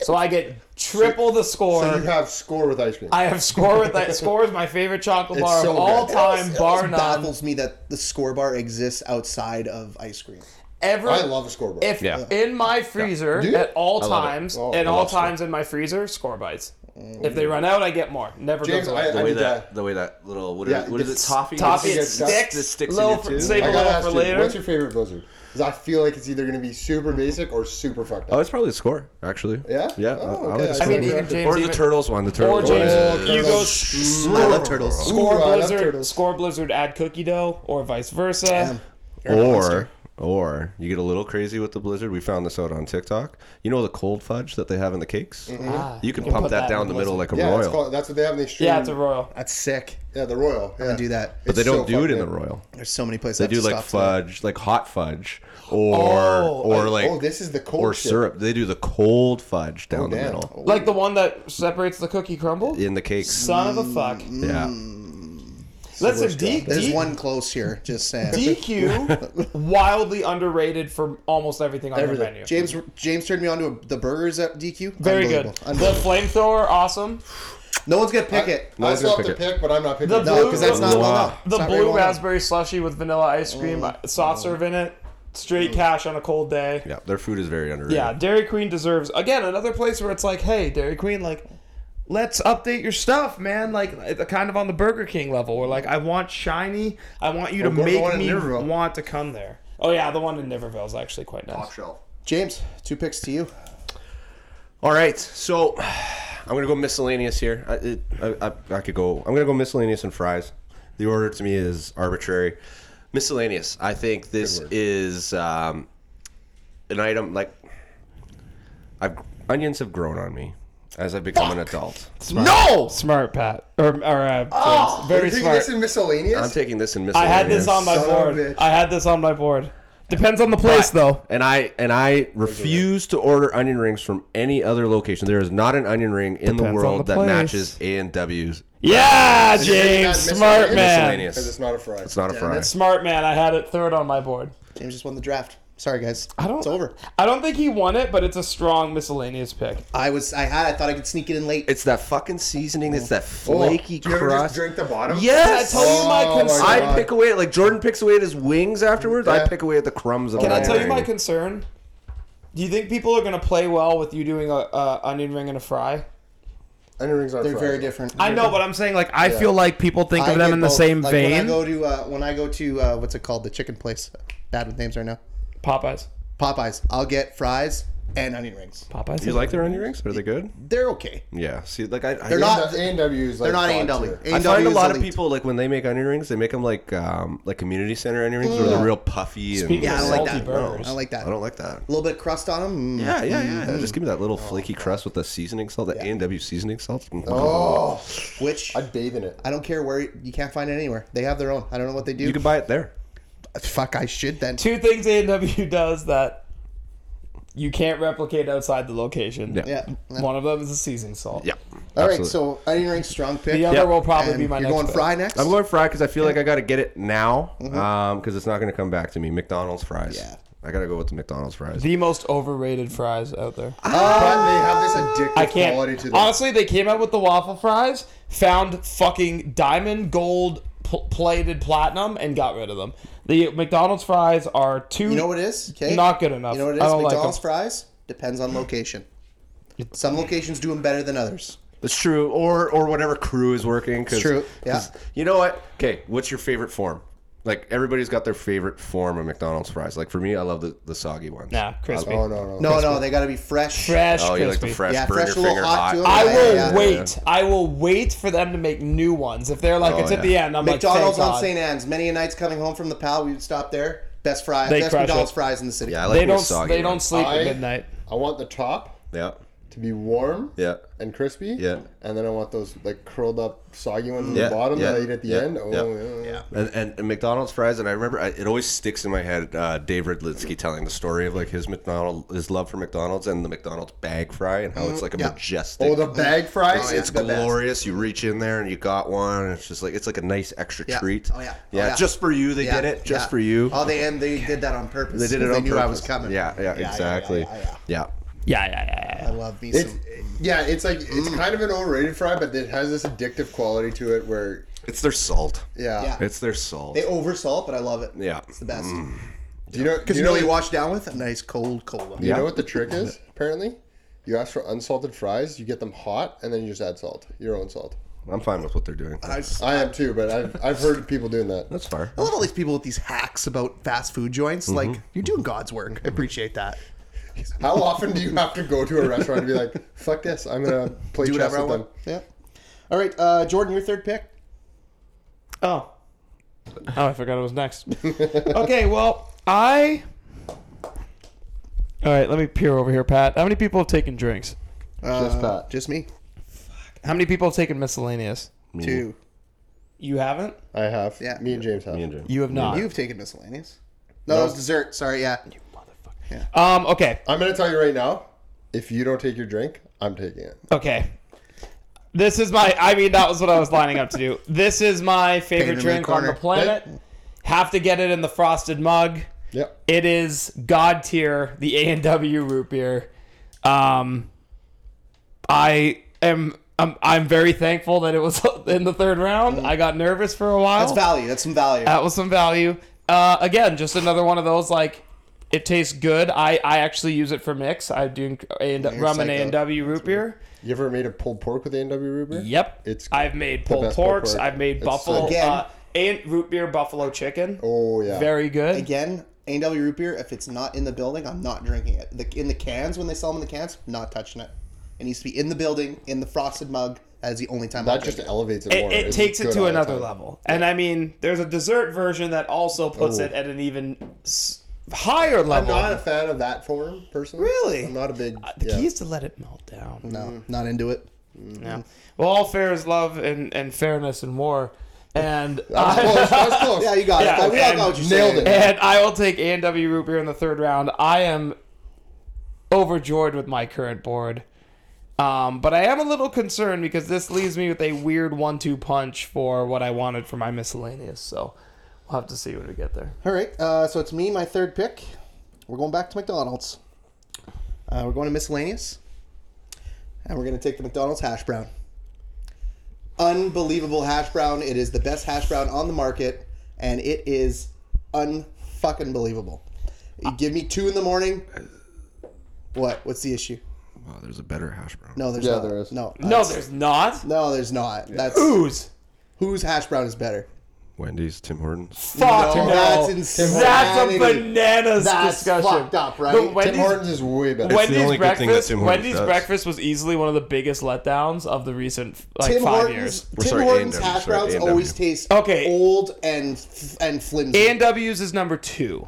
S6: So I get triple the score.
S5: So you have score with ice cream.
S6: I have score with that. Score is my favorite chocolate
S5: It's
S6: bar
S5: so
S6: of all
S5: good.
S6: time,
S3: It
S6: bar
S3: always
S6: none.
S3: baffles me that the score bar exists outside of ice cream.
S6: Ever
S5: I love a score bar.
S6: If
S4: Yeah.
S6: in my freezer
S5: Do you?
S6: at all
S4: I love it.
S6: times,
S5: Oh,
S6: at
S5: I
S6: all
S5: love Mm.
S6: times in my freezer, score bites. If they run out, I get more. Never
S5: James,
S6: goes away.
S5: I-
S4: The way
S5: did
S4: that,
S5: that.
S4: the way that little what,
S5: Yeah,
S4: is, what is
S5: it's
S4: it toffee
S6: toffee,
S4: It's-
S6: it
S5: it's-
S6: sticks.
S4: that sticks in
S6: little
S4: your
S6: for,
S4: tooth.
S6: save
S5: I
S6: a
S5: gotta
S6: little
S5: ask
S6: for
S5: you,
S6: later.
S5: what's your favorite blizzard? Because I feel like it's either going to be super basic or super fucked
S4: Oh,
S5: up.
S4: it's probably the score actually.
S5: Yeah?
S4: yeah.
S5: Oh,
S4: I- I,
S5: okay.
S4: like the
S5: I
S4: score.
S5: mean,
S6: even James
S4: or the
S6: even-
S4: turtles one. The turtle.
S6: Or
S4: one.
S6: James,
S5: Oh,
S6: you go
S5: turtles.
S6: s-
S3: I love turtles.
S6: score
S5: Ooh, I love
S6: blizzard,
S5: turtles.
S6: score blizzard, add cookie dough, or vice versa.
S4: or or you get a little crazy with the blizzard. We found this out on TikTok. You know the cold fudge that they have in the cakes.
S5: Mm-hmm.
S6: Ah,
S4: You can pump
S6: put
S4: that
S6: that
S4: down
S6: in
S4: Oh, the
S6: the
S4: middle like a
S5: Yeah, it's
S4: royal,
S5: called, that's what they have in the extreme.
S6: yeah, it's a royal.
S3: That's sick.
S5: Yeah, the royal. Yeah.
S3: I do that.
S4: but they
S5: it's
S4: don't
S5: so
S4: do it in the
S5: fucking-
S4: royal.
S3: There's so many places
S4: They
S3: I
S4: do
S3: have to
S4: like
S3: stop today.
S4: fudge, like hot fudge, or
S6: Oh,
S4: or
S5: oh,
S4: like
S5: this is the cold
S4: or
S5: shit.
S4: syrup. They do the cold fudge down the
S5: damn.
S4: middle
S6: Like the one that separates the cookie crumble.
S4: in the cakes.
S6: Son of a fuck.
S3: Mm,
S5: Mm.
S4: Yeah,
S6: Listen, D-
S3: There's
S6: D-
S3: one close here. Just saying. *laughs*
S6: DQ wildly underrated for almost everything on
S5: Everything.
S6: their menu.
S3: James James turned me on to the burgers at DQ.
S6: Very good.
S3: Unbelievable.
S6: The
S3: Unbelievable.
S6: flamethrower, awesome.
S3: No one's gonna pick it.
S5: I
S4: one's
S5: still have
S4: gonna
S5: to
S4: pick
S5: pick, but I'm not picking
S6: The
S5: it.
S3: No, because that's not
S4: Wow.
S3: well known. It's
S6: The
S3: not very
S6: blue
S3: well known.
S6: raspberry slushy with vanilla ice cream,
S3: Oh,
S6: uh, soft serve in it, straight cash on a cold day.
S4: yeah. Their food is very underrated.
S6: Yeah, Dairy Queen deserves again another place where it's like, hey, Dairy Queen, like, let's update your stuff, man. Like, uh, kind of on the Burger King level, where like I want shiny, I want you to
S5: Or go to the
S6: make
S5: one in
S6: me
S5: Niverville.
S6: want to come there. Oh yeah, the one in Niverville is actually quite nice.
S5: shelf.
S3: James, two picks to you.
S4: All right, so *sighs* I'm gonna go miscellaneous here. I, it, I, I, I could go. I'm gonna go miscellaneous and fries. The order to me is arbitrary. Miscellaneous. I think this is um, an item like I've onions have grown on me as I've become an adult.
S6: No, smart Pat or, or uh, James. very
S5: You're
S6: smart.
S5: This in miscellaneous.
S4: I'm taking this in
S6: I
S4: miscellaneous.
S6: had this on my
S5: Son of a bitch.
S6: board. I had this on my board. Depends on the place though.
S4: And I and I refuse to order onion rings from any other location. There is not an onion ring in
S6: Depends
S4: the
S6: on
S4: world
S6: the
S4: that
S6: place.
S4: matches A and W's.
S6: Yeah,
S5: taking that
S6: James, smart
S5: miscellaneous-
S6: man.
S4: Miscellaneous.
S5: Because it's not a fry.
S4: It's not a fry.
S6: Smart man. I had it third on my board.
S3: James just won the draft. Sorry guys.
S6: I don't.
S3: It's over.
S6: I don't think he won it, but it's a strong miscellaneous pick.
S3: I was I had I thought I could sneak it in late.
S4: It's that fucking seasoning. It's that
S5: Oh,
S4: flaky
S5: do you ever
S4: crust.
S5: just drink the bottom?
S4: Yes.
S6: Can I tell you my
S5: Oh,
S6: concern?
S5: my
S4: I
S5: God.
S4: pick away at like Jordan picks away at his wings afterwards. I
S5: Yeah.
S4: pick away at the crumbs of.
S6: Can
S4: the
S6: I tell you
S4: onion
S6: my
S4: ring.
S6: concern? Do you think people are gonna play well with you doing a, a onion ring and a fry?
S5: onion rings are
S3: They're
S5: fries.
S3: very different.
S1: I know, but I'm saying like I feel like people think of them
S3: get
S1: in the
S3: both.
S1: same
S3: Like, When I
S1: vein.
S3: go to uh, when I go to uh, what's it called, the chicken place, bad with names right now.
S6: Popeyes.
S3: Popeyes. I'll get fries and onion rings.
S6: Popeyes.
S4: You like their onion rings? Are they good?
S3: They're okay.
S4: Yeah. See, like I, I
S3: They're not.
S5: A and W's.
S3: They're not A and W.
S5: Like
S3: A
S4: I
S3: and
S4: find
S3: W
S4: a
S3: is
S4: lot of
S3: elite.
S4: people like when they make onion rings, they make them like um, like community center onion rings, where they're real puffy. And,
S6: Speaking
S3: Yeah, I
S6: of
S3: don't like
S6: salty
S3: that.
S6: burgers.
S3: I don't like that.
S4: I don't like that.
S3: A little bit of crust on mm. them.
S4: Yeah, yeah, yeah. Just give me that little flaky crust with the seasoning salt, the A and W seasoning salt.
S5: Oh,
S3: Which
S5: I'd bathe in it.
S3: I don't care where you can't find it anywhere. They have their own. I don't know what they do.
S4: You can buy it there.
S3: Fuck, I should then.
S6: Two things A&W does that you can't replicate outside the location.
S4: Yeah.
S3: Yeah.
S6: One of them is the seasoning salt.
S4: Yeah.
S3: All right,
S4: absolutely.
S3: so onion rings, strong pick.
S6: The other
S4: Yep.
S6: will probably
S3: And
S6: be my
S3: you're
S6: next.
S3: going
S6: pick.
S3: fry next.
S4: I'm going fry because I feel like I got to get it now because it's not going to come back to me. McDonald's fries.
S3: Mm-hmm. Yeah.
S4: I got to go with the McDonald's fries.
S6: The most overrated fries out there.
S3: Ah!
S5: But they have this addictive
S6: I can't.
S5: quality to them.
S6: Honestly, they came out with the waffle fries, found fucking diamond gold pl- plated platinum, and got rid of them. The McDonald's fries are too.
S3: You know what it is? Okay.
S6: Not good enough.
S3: You know what it
S6: I
S3: is?
S6: don't like
S3: McDonald's
S6: them.
S3: fries depends on location. Some locations do them better than others.
S4: That's true. Or or whatever crew is working. Cause,
S3: True, yeah.
S4: 'cause You know what? Okay. What's your favorite form? Like everybody's got their favorite form of McDonald's fries. Like for me, I love the, the soggy ones.
S6: Nah, crispy.
S5: Oh no no.
S3: No, no, they got to be fresh.
S6: Fresh,
S4: Oh, you like
S6: crispy.
S4: the fresh?
S3: Yeah,
S4: burn
S3: fresh,
S4: your
S3: a little
S4: finger
S3: hot
S4: hot.
S3: to 'em.
S6: I
S3: Yeah,
S6: will
S3: yeah, yeah.
S6: wait. I will wait for them to make new ones. If they're like,
S4: Oh,
S6: it's at
S4: yeah.
S6: the end. I'm
S3: McDonald's
S6: like,
S3: on
S6: thank
S3: St. Anne's. Many a nights coming home from the pal, we would stop there. Best fries,
S6: They
S3: best
S6: crush
S3: McDonald's
S6: it.
S3: fries in the city.
S4: Yeah, I
S6: God.
S4: like
S6: They
S4: the
S6: don't.
S4: soggy.
S6: They don't
S4: ones.
S6: sleep
S5: I-
S6: at midnight.
S5: I want the top
S4: Yeah.
S5: to be warm.
S4: Yeah.
S5: And crispy.
S4: Yeah.
S5: And then I want those like curled up soggy ones
S4: Yeah,
S5: at the bottom
S4: yeah,
S5: that I eat at the
S4: yeah,
S5: end. Oh
S4: yeah.
S5: yeah. yeah.
S4: And, and, and McDonald's fries, and I remember I, it always sticks in my head. Uh, Dave Ridlitsky telling the story of like his McDonald, his love for McDonald's, and the McDonald's bag fry, and how it's like a
S3: Mm-hmm. yeah.
S4: majestic.
S5: Oh, the bag fries.
S4: it's glorious. You reach in there and you got one. And it's just like it's like a nice extra
S3: Yeah.
S4: treat.
S3: Oh, yeah. Oh,
S4: yeah,
S3: yeah.
S4: Just for you, they
S3: Yeah,
S4: did it. Just
S3: yeah.
S4: for you.
S3: Oh, they and they did that on purpose.
S4: they did it.
S3: 'cause
S4: on
S3: They knew I was
S4: purpose.
S3: coming.
S4: Yeah, yeah, exactly. Yeah,
S6: Yeah, yeah, yeah, yeah.
S3: I love me
S5: It's
S3: some.
S5: yeah, it's like it's
S4: Mm.
S5: kind of an overrated fry, but it has this addictive quality to it where
S4: it's their salt.
S5: yeah.
S3: Yeah.
S4: It's their salt.
S3: They oversalt, but I love it.
S4: yeah, Mm.
S3: It's the best.
S5: Do you know?
S3: Because you
S5: do you
S3: know
S5: know,
S3: what you
S5: do
S3: wash down with? A nice cold cola.
S5: you
S4: Yeah.
S5: know what the
S4: *laughs*
S5: trick is? Apparently, you ask for unsalted fries, you get them hot, and then you just add salt, your own salt.
S4: I'm fine with what they're doing.
S3: I, Oh. just,
S5: I am too, but I've I've heard of people doing that.
S4: That's fair.
S3: I love all these people with these hacks about fast food joints.
S4: Mm-hmm.
S3: Like, you're doing God's work. I appreciate that.
S5: How often do you have to go to a restaurant and be like, "Fuck this, I'm gonna play
S3: Do
S5: chess
S3: whatever I
S5: with them"?
S3: want. Yeah. All right, uh, Jordan, your third pick.
S6: Oh. Oh, I forgot it was next. *laughs* okay, well, I. All right, let me peer over here, Pat. How many people have taken drinks?
S5: Just
S4: Uh,
S5: Pat.
S3: Uh, Just me.
S6: How many people have taken miscellaneous?
S3: Two.
S6: You haven't?
S5: Uh, I have.
S3: Yeah.
S5: Me and James have.
S4: Me and Jim.
S6: You have not.
S3: You've taken miscellaneous. No, that was dessert. Sorry, yeah.
S6: Um, okay.
S5: I'm gonna tell you right now. If you don't take your drink, I'm taking it.
S6: Okay. This is my. I mean, that was what I was lining up to do. This is my
S3: Painted in
S6: favorite
S3: the
S6: drink on
S3: corner.
S6: the planet. Have to get it in the frosted mug.
S5: Yep.
S6: It is god tier, the A and W root beer. Um, I am. I'm, I'm very thankful that it was *laughs* in the third round. I got nervous for a while.
S4: Oh.
S3: That's value. That's some value.
S6: That was some value. Uh, again, just another one of those like it tastes good. I, I actually use it for mix. I do A and rum and A
S3: psycho.
S6: and W root beer.
S5: You ever made a pulled pork with A and W root beer?
S6: Yep.
S5: It's
S6: I've made pulled
S5: best pulled
S6: porks.
S5: pork.
S6: I've made
S5: It's
S6: buffalo
S3: Again.
S6: uh, and root beer buffalo chicken.
S5: Oh yeah.
S6: Very good.
S3: Again, A&W root beer, if it's not in the building, I'm not drinking it. The, in the cans, when they sell them in the cans, not touching it. It needs to be in the building, in the frosted mug. That is the only time I'll
S5: That
S3: drink
S5: just
S3: it.
S5: elevates it.
S6: It,
S5: more.
S6: it
S5: It's
S6: takes it
S5: good
S6: to
S5: all the
S6: another
S5: time.
S6: level. And I mean, there's a dessert version that also puts it at an even s- higher
S5: I'm
S6: level.
S5: not a fan of that form personally.
S6: Really? Uh,
S5: I'm not a big.
S6: the
S5: yeah.
S6: key is to let it melt down.
S3: No, not into it.
S6: Yeah. Well, all fair is love and, and fairness and war. And
S5: *laughs* That was close. That was
S3: *laughs*
S5: close.
S3: Yeah, you got
S6: Yeah,
S3: it. We all
S6: and
S3: got what you
S5: nailed
S3: said.
S5: it.
S6: And I will take A&W root beer in the third round. I am overjoyed with my current board. Um, but I am a little concerned because this leaves me with a weird one-two punch for what I wanted for my miscellaneous. So we'll have to see when we get there.
S3: All right, uh, so it's me, my third pick. We're going back to McDonald's. Uh, we're going to miscellaneous, and we're going to take the McDonald's hash brown. Unbelievable hash brown! It is the best hash brown on the market, and it is unfucking believable. You give me two in the morning. What? What's the issue?
S4: Wow, there's a better hash brown.
S3: No, there's
S5: Yeah,
S3: not.
S5: there is.
S3: No,
S6: No,
S3: that's-
S6: there's not.
S3: no, there's not. That's
S6: Ooze.
S3: whose hash brown is better.
S4: Wendy's, Tim Hortons.
S6: Fuck
S3: No,
S6: no.
S3: that's insanity.
S6: That's a bananas
S3: That's
S6: discussion.
S3: fucked up, right?
S6: The
S3: Tim
S5: Tim
S6: Wendy's,
S5: Hortons is way better.
S4: Wait. It's the
S6: Wendy's
S4: only good thing that
S6: breakfast.
S4: Tim Hortons
S6: Wendy's
S4: does.
S6: breakfast was easily one of the biggest letdowns of the recent like
S3: Tim
S6: five
S3: Hortons,
S6: years.
S4: We're
S3: Tim
S4: sorry,
S3: Hortons
S4: A&W,
S3: hash
S4: sorry,
S3: browns
S4: A&W.
S3: always taste
S6: Okay.
S3: old and f- and flimsy.
S6: A and W's is number two.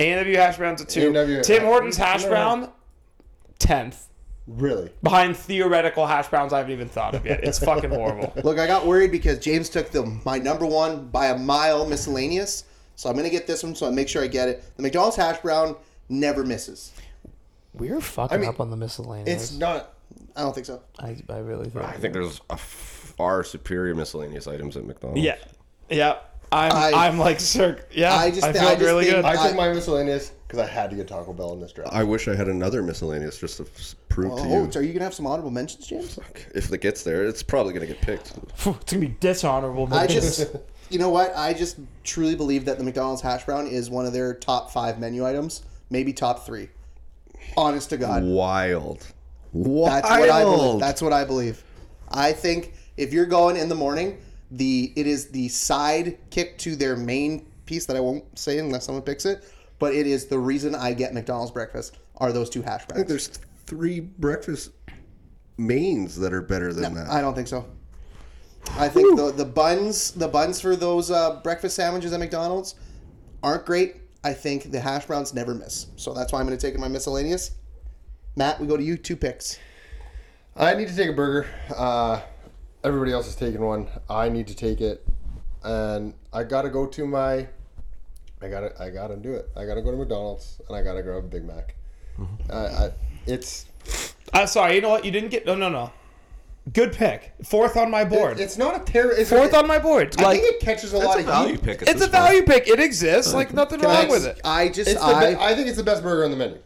S6: A and W hash browns at two.
S5: A&W
S6: Tim Hortons hash
S5: No.
S6: brown, tenth
S5: Really?
S6: behind theoretical hash browns I haven't even thought of yet. It's fucking horrible.
S3: *laughs* Look, I got worried because James took the my number one by a mile miscellaneous. So I'm gonna get this one. So I make sure I get it. The McDonald's hash brown never misses.
S6: We're fucking
S5: mean,
S6: up on the miscellaneous.
S5: It's not.
S3: I don't think so.
S6: I, I really think.
S4: I think there's a far superior miscellaneous items at McDonald's.
S6: Yeah, yeah. I'm
S3: I-
S6: I, am like sure. Yeah,
S3: I
S6: I
S3: just
S6: just
S3: thi-
S6: feel
S3: I just
S6: really
S3: think-
S6: good.
S5: I
S3: I-
S5: took my miscellaneous because I had to get Taco Bell in this draft.
S4: I wish I had another miscellaneous just to s- prove to
S3: Oh,
S4: you.
S3: so are you gonna have some honorable mentions,
S4: *laughs*
S3: James?
S4: if it gets there, it's probably gonna get picked.
S6: Phew, it's gonna be dishonorable.
S3: I
S6: but-
S3: just,
S6: *laughs*
S3: you know what? I just truly believe that the McDonald's hash brown is one of their top five menu items, maybe top three. Honest to God,
S4: Wild. Wild.
S3: That's what I believe. That's what I believe. I think if you're going in the morning, the it is the side kick to their main piece that I won't say unless someone picks it. But it is the reason I get McDonald's breakfast are those two hash
S4: I think
S3: browns.
S4: there's three breakfast mains that are better than that.
S3: I don't think so. I think the, the buns the buns for those uh, breakfast sandwiches at McDonald's aren't great. I think the hash browns never miss. So that's why I'm going to take in my miscellaneous. Matt, we go to you. Two picks.
S5: I need to take a burger. Uh, everybody else is taking one. I need to take it, and I gotta go to my. I gotta, I gotta do it. I gotta go to McDonald's and I gotta grab a Big Mac. I, I, it's,
S6: I'm Uh, sorry. You know what? You didn't get. No, no, no. Good pick. Fourth on my board.
S5: it's not a terror. It's
S6: Fourth on my board.
S5: I
S6: Like
S5: think it catches a lot of heat.
S4: pick.
S6: it's a value pick. It exists. Like nothing wrong with it.
S3: I just
S5: It's the
S3: I
S5: be- I think it's the best burger on the menu.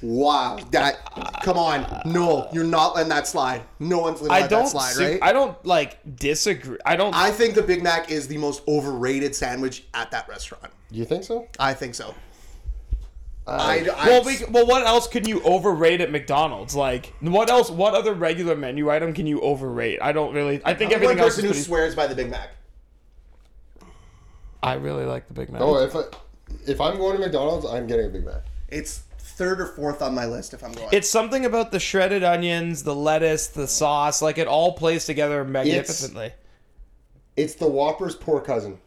S3: Wow, that come on. No, you're not letting that slide. No one's letting
S6: I
S3: that
S6: don't.
S3: slide,
S6: su-
S3: right?
S6: I don't like disagree. I don't.
S3: I think the Big Mac is the most overrated sandwich at that restaurant.
S5: Do you think so?
S3: I think so. I, I,
S6: Uh, well, we, well, what else can you overrate at McDonald's? Like, what else? What other regular menu item can you overrate? I don't really. I think
S3: I'm one
S6: everything else.
S3: person
S6: Is
S3: who
S6: pretty,
S3: swears by the Big Mac.
S6: I really like the Big Mac.
S5: Oh, if I, if I'm going to McDonald's, I'm getting a Big Mac.
S3: It's third or fourth on my list if I'm going.
S6: It's something about the shredded onions, the lettuce, the sauce. Like it all plays together magnificently.
S5: It's the Whopper's poor cousin.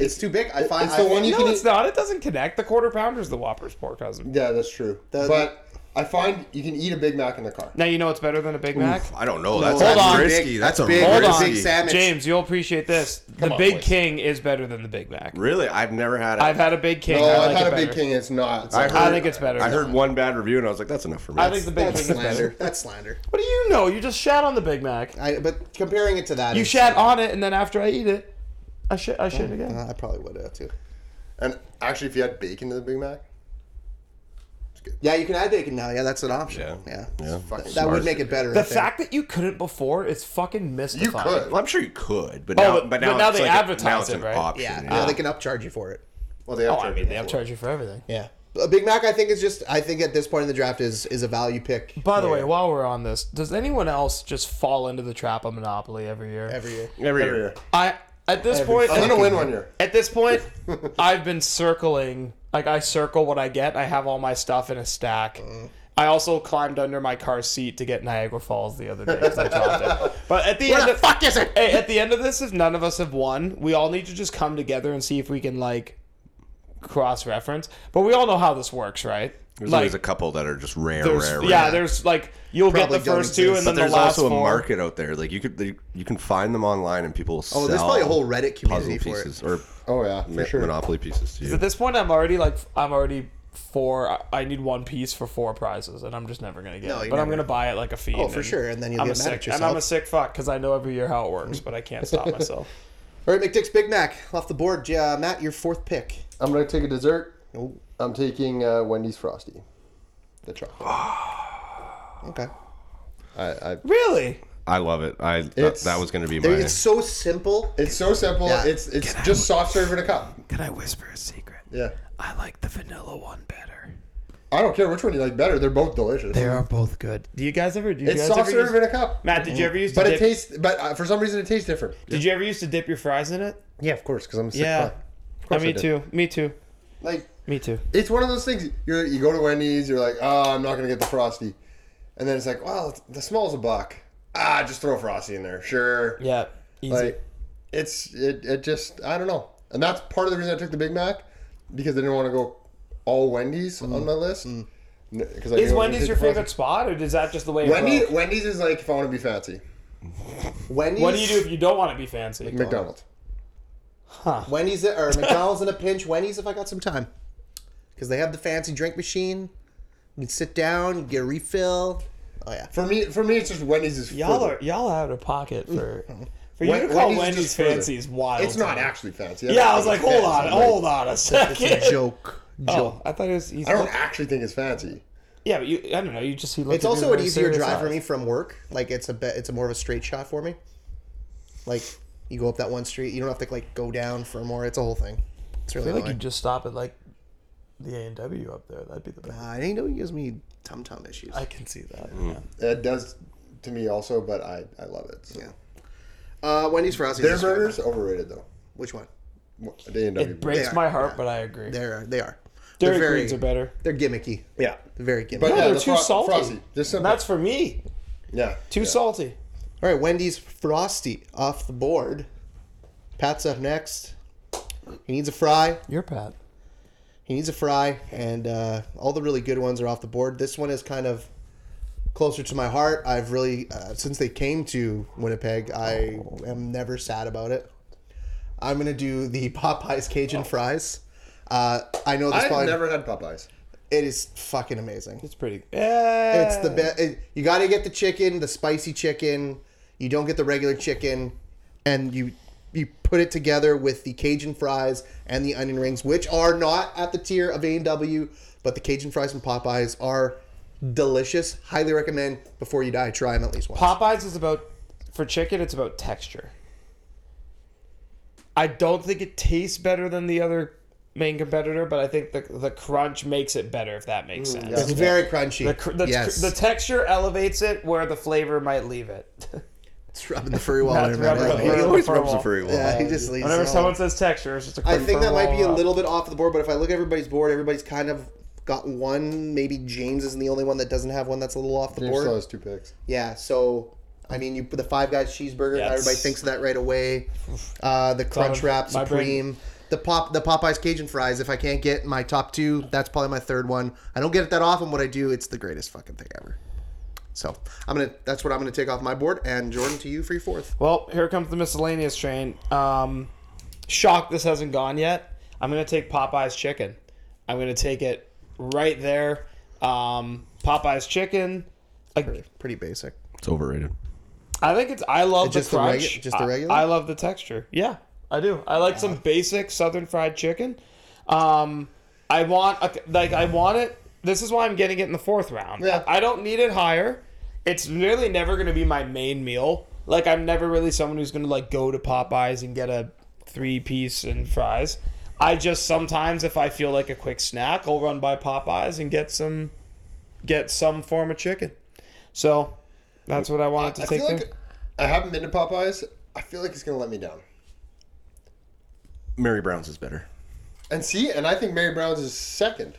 S3: It's too big. I find
S5: It's
S3: I
S5: the
S3: think-
S5: one you
S6: no,
S5: can
S6: it's
S5: eat-
S6: not. It doesn't connect. The quarter pounder's the Whopper's poor cousin.
S5: Yeah, that's true.
S3: The-
S5: but I find you can eat a Big Mac in the car.
S6: Now you know it's better than a Big Mac.
S4: I don't know. That's,
S6: Hold
S4: that's
S6: on.
S4: risky.
S3: Big-
S4: that's a
S3: big-
S6: Hold
S4: risky.
S6: on,
S3: Big sandwich.
S6: James. You'll appreciate this. the
S5: on,
S6: Big
S5: boys.
S6: King is better than the Big Mac.
S4: Really, I've never had it.
S6: I've had a Big King.
S5: Oh,
S6: I
S5: I've
S6: like
S5: had
S6: it
S5: a Big
S6: better.
S5: King. It's not.
S4: I
S6: I think it's better.
S4: I heard one bad review and I was like, that's enough for me.
S6: I think the Big
S3: that's
S6: King is better.
S3: slander. That's slander.
S6: What do you know? You just shat on the Big Mac.
S3: I, but comparing it to that,
S6: You Oh,
S3: is-
S6: shat on it, and then after I eat it, I shit. I shit again.
S5: Oh,
S3: Uh, I probably would have too.
S5: And actually, if you had bacon to the Big Mac,
S3: Yeah, you can add bacon now. Yeah, that's an option.
S4: Yeah.
S3: Yeah,
S4: Yeah.
S3: That would make it better. I
S6: The
S3: think.
S6: fact that you couldn't before is fucking
S5: you
S6: mystifying.
S5: could.
S4: Well, I'm sure you could, but now,
S6: Oh, but-
S4: but,
S6: but
S4: now,
S6: now
S4: it's
S6: they
S4: like a-
S6: advertise
S4: now it's
S6: it,
S4: an
S6: right?
S4: Option,
S3: yeah, yeah, they can upcharge you for it.
S5: Well, they have
S6: Oh, I
S5: charged
S6: mean,
S5: me
S6: they
S5: for it.
S6: upcharge you for everything.
S3: Yeah. A Big Mac, I think, is just, I think at this point in the draft is is a value pick.
S6: By the way, while we're on this, does anyone else just fall into the trap of Monopoly every year?
S3: Every year.
S4: Every year.
S6: I at this point,
S5: I'm gonna win one year.
S6: At this point, *laughs* I've been circling. Like I circle what I get. I have all my stuff in a stack. I also climbed under my car seat to get Niagara Falls the other day 'cause I *laughs* dropped it. But at the end, of, fuck is it? at the end of this, if none of us have won, we all need to just come together and see if we can like cross reference. But we all know how this works, right?
S4: There's always a couple that are just rare,
S6: there's-
S4: rare, rare.
S6: yeah, there's like you'll
S3: Probably
S6: get the
S3: don't
S6: first two
S3: exist.
S6: and
S4: But
S6: then
S4: there's
S6: the last
S4: also a
S6: four.
S4: market out there. Like you could, they, you can find them online, and people will sell.
S3: Oh, there's probably a whole Reddit
S4: puzzle
S3: community for it.
S4: pieces or
S5: Oh yeah, for
S4: mo-
S5: sure.
S4: monopoly pieces. To you.
S6: At this point, I'm already like I'm already four. I- I need one piece for four prizes, and I'm just never gonna get
S3: No,
S6: it.
S3: you
S6: But I'm
S3: never-
S6: gonna buy it like a fee.
S3: Oh, for sure, and then you'll
S6: I'm
S3: get
S6: a
S3: mad at
S6: sick, and I'm a
S3: yourself.
S6: sick fuck because I know every year how it works, but I can't stop myself.
S3: All right, McDick's Big Mac off the board. Yeah, Matt, your fourth pick.
S5: I'm gonna take a dessert. I'm taking uh, Wendy's Frosty, the chocolate.
S3: Okay.
S5: I, I,
S6: Really?
S4: I love it. I that,
S5: It's-
S4: that was going to be
S3: There-
S4: my.
S3: It's so simple.
S5: it's so simple.
S3: Yeah.
S5: It's it's just soft serve in a cup.
S1: Can I whisper a secret?
S5: Yeah.
S1: I like the vanilla one better.
S5: I don't care which one you like better. They're both delicious.
S2: They are both good. Do you guys ever do? you
S5: It's
S2: guys
S5: soft
S2: ever use-
S5: serve in a cup.
S6: Matt, did you ever use to
S5: But it
S6: dip,
S5: tastes. But uh, for some reason, it tastes different.
S6: did you ever use to dip your fries in it?
S5: Yeah, of course, because I'm a sick
S6: Yeah.
S5: fuck. Of
S6: Uh,
S5: course I
S6: me
S5: did.
S6: too. Me too.
S5: Like
S6: Me too.
S5: it's one of those things. You you go to Wendy's, you're like, oh, I'm not gonna get the frosty, and then it's like, well, it's- the small's a buck. Ah, just throw frosty in there, sure.
S6: Yeah. Easy.
S5: Like it's it it just I don't know, and that's part of the reason I took the Big Mac because I didn't want to go all Wendy's
S6: Mm.
S5: on my list. Because
S6: is Wendy's your favorite spot, or is that just the way? it
S5: Wendy,
S6: rolls?
S5: Wendy's is like if I want to be fancy,
S3: Wendy's.
S6: What do you do if you don't want to be fancy?
S5: McDonald's.
S3: Wendy's or McDonald's in a pinch. Wendy's if I got some time, because they have the fancy drink machine. You can sit down, you get a refill. Oh yeah.
S5: For me, for me, it's just Wendy's is
S6: Y'all
S5: further.
S6: are y'all out of pocket
S3: *laughs*
S6: for for
S5: Wen-
S6: you to call
S5: Wendy's is
S6: Wendy's,
S5: just further.
S6: fancy is wild.
S5: It's not
S6: to me.
S5: actually fancy.
S6: Yeah, I was like, hold on,
S5: fancy.
S6: hold on a second.
S3: Joke.
S6: *laughs* Oh, I thought it was easy.
S5: I don't actually think it's fancy.
S6: Yeah, but you, I don't know. You just see.
S3: It's also an easier drive for me from work. Like it's a bit, it's a more of a straight shot for me. Like you go up that one street, you don't have to like go down for more. It's a whole thing. It's
S6: I
S3: really
S6: feel like you
S3: annoying.
S6: just stop at like the A and W up there. That'd be the best.
S3: I didn't know he gives me tum tum issues.
S6: I can see that.
S5: It does to me also, but I, I love it. So.
S3: Yeah. Uh, Wendy's Frosties.
S5: Their
S3: is fine.
S5: burgers overrated though.
S3: Which one?
S5: They end up
S6: It breaks
S3: are,
S6: my heart, but I agree.
S3: They are. They are.
S6: Dairy
S3: very-
S6: Queens are better.
S3: They're gimmicky.
S5: yeah,
S3: They're very gimmicky.
S5: but uh, yeah,
S6: they're
S5: the
S6: too salty.
S5: Frosty, just simple.
S6: That's for me.
S5: yeah,
S6: Too
S5: yeah.
S6: salty.
S3: All right, Wendy's Frosty off the board. Pat's up next. He needs a fry.
S6: You're Pat.
S3: He needs a fry, and uh, all the really good ones are off the board. This one is kind of closer to my heart. I've really, uh, since they came to Winnipeg, I am never sad about it. I'm gonna do the *laughs* Popeyes Cajun fries. Uh, I know this
S5: Oh. I've
S3: probably
S5: never had Popeyes.
S3: it is fucking amazing.
S6: It's pretty. Yeah.
S3: It's the best. You got to get the chicken, the spicy chicken. You don't get the regular chicken, and you you put it together with the Cajun fries and the onion rings, which are not at the tier of A and W, but the Cajun fries from Popeyes are delicious. Highly recommend. Before you die, try them at least once.
S6: Popeyes is about for chicken. It's about texture. I don't think it tastes better than the other main competitor, but I think the the crunch makes it better. If that makes sense.
S3: it's very crunchy.
S6: The, cr- the,
S3: Mm, yes,
S6: the texture elevates it where the flavor might leave it.
S3: it's rubbing the
S6: *laughs*
S3: furry wall.
S6: That's
S3: in there, man.
S6: rubbing the
S3: He
S6: furry
S3: always-
S6: wall.
S4: rubs the furry
S3: *laughs*
S4: wall.
S3: yeah, he just leaves.
S6: Whenever
S3: it all.
S6: someone says texture, it's just a
S3: I
S6: crumb
S3: think that might
S6: roll
S3: be a
S6: up.
S3: little bit off the board, but if I look at everybody's board, everybody's kind of got one. Maybe James isn't the only one that doesn't have one that's a little off the
S5: James
S3: board.
S5: still has two picks.
S3: Yeah, so I mean, you put the Five Guys cheeseburger,
S6: Yeah,
S3: everybody
S6: it's-
S3: thinks of that right away. Uh, the
S6: out
S3: Crunch
S6: of
S3: Wrap
S6: my brain.
S3: Supreme, the pop, the Popeyes Cajun fries. If I can't get my top two, that's probably my third one. I don't get it that often. What I do, it's the greatest fucking thing ever. So I'm gonna. That's what I'm gonna take off my board. And Jordan, to you for your fourth.
S6: Well, here comes the miscellaneous train. Um, shocked this hasn't gone yet. I'm gonna take Popeye's chicken. I'm gonna take it right there. Um, Popeye's chicken. Like,
S3: Pretty basic.
S4: It's overrated.
S6: I think it's. I love
S3: It's
S6: the
S3: just the regu-
S6: crunch.
S3: just the
S6: I-
S3: regular? Uh-huh.
S6: I, love the texture. Yeah, I do. I like some basic Southern fried chicken. Um, I want a, like I want it. This is why I'm getting it in the fourth round.
S5: Yeah.
S6: I don't need it higher. It's really never going to be my main meal. Like I'm never really someone who's going to like go to Popeyes and get a three piece and fries. I just sometimes if I feel like a quick snack, I'll run by Popeyes and get some get some form of chicken. So that's what I wanted to
S5: I
S6: take.
S5: feel
S6: there.
S5: like I haven't been to Popeyes. I feel like it's gonna let me down.
S4: Mary Brown's is better.
S5: And see, and I think Mary Brown's is second.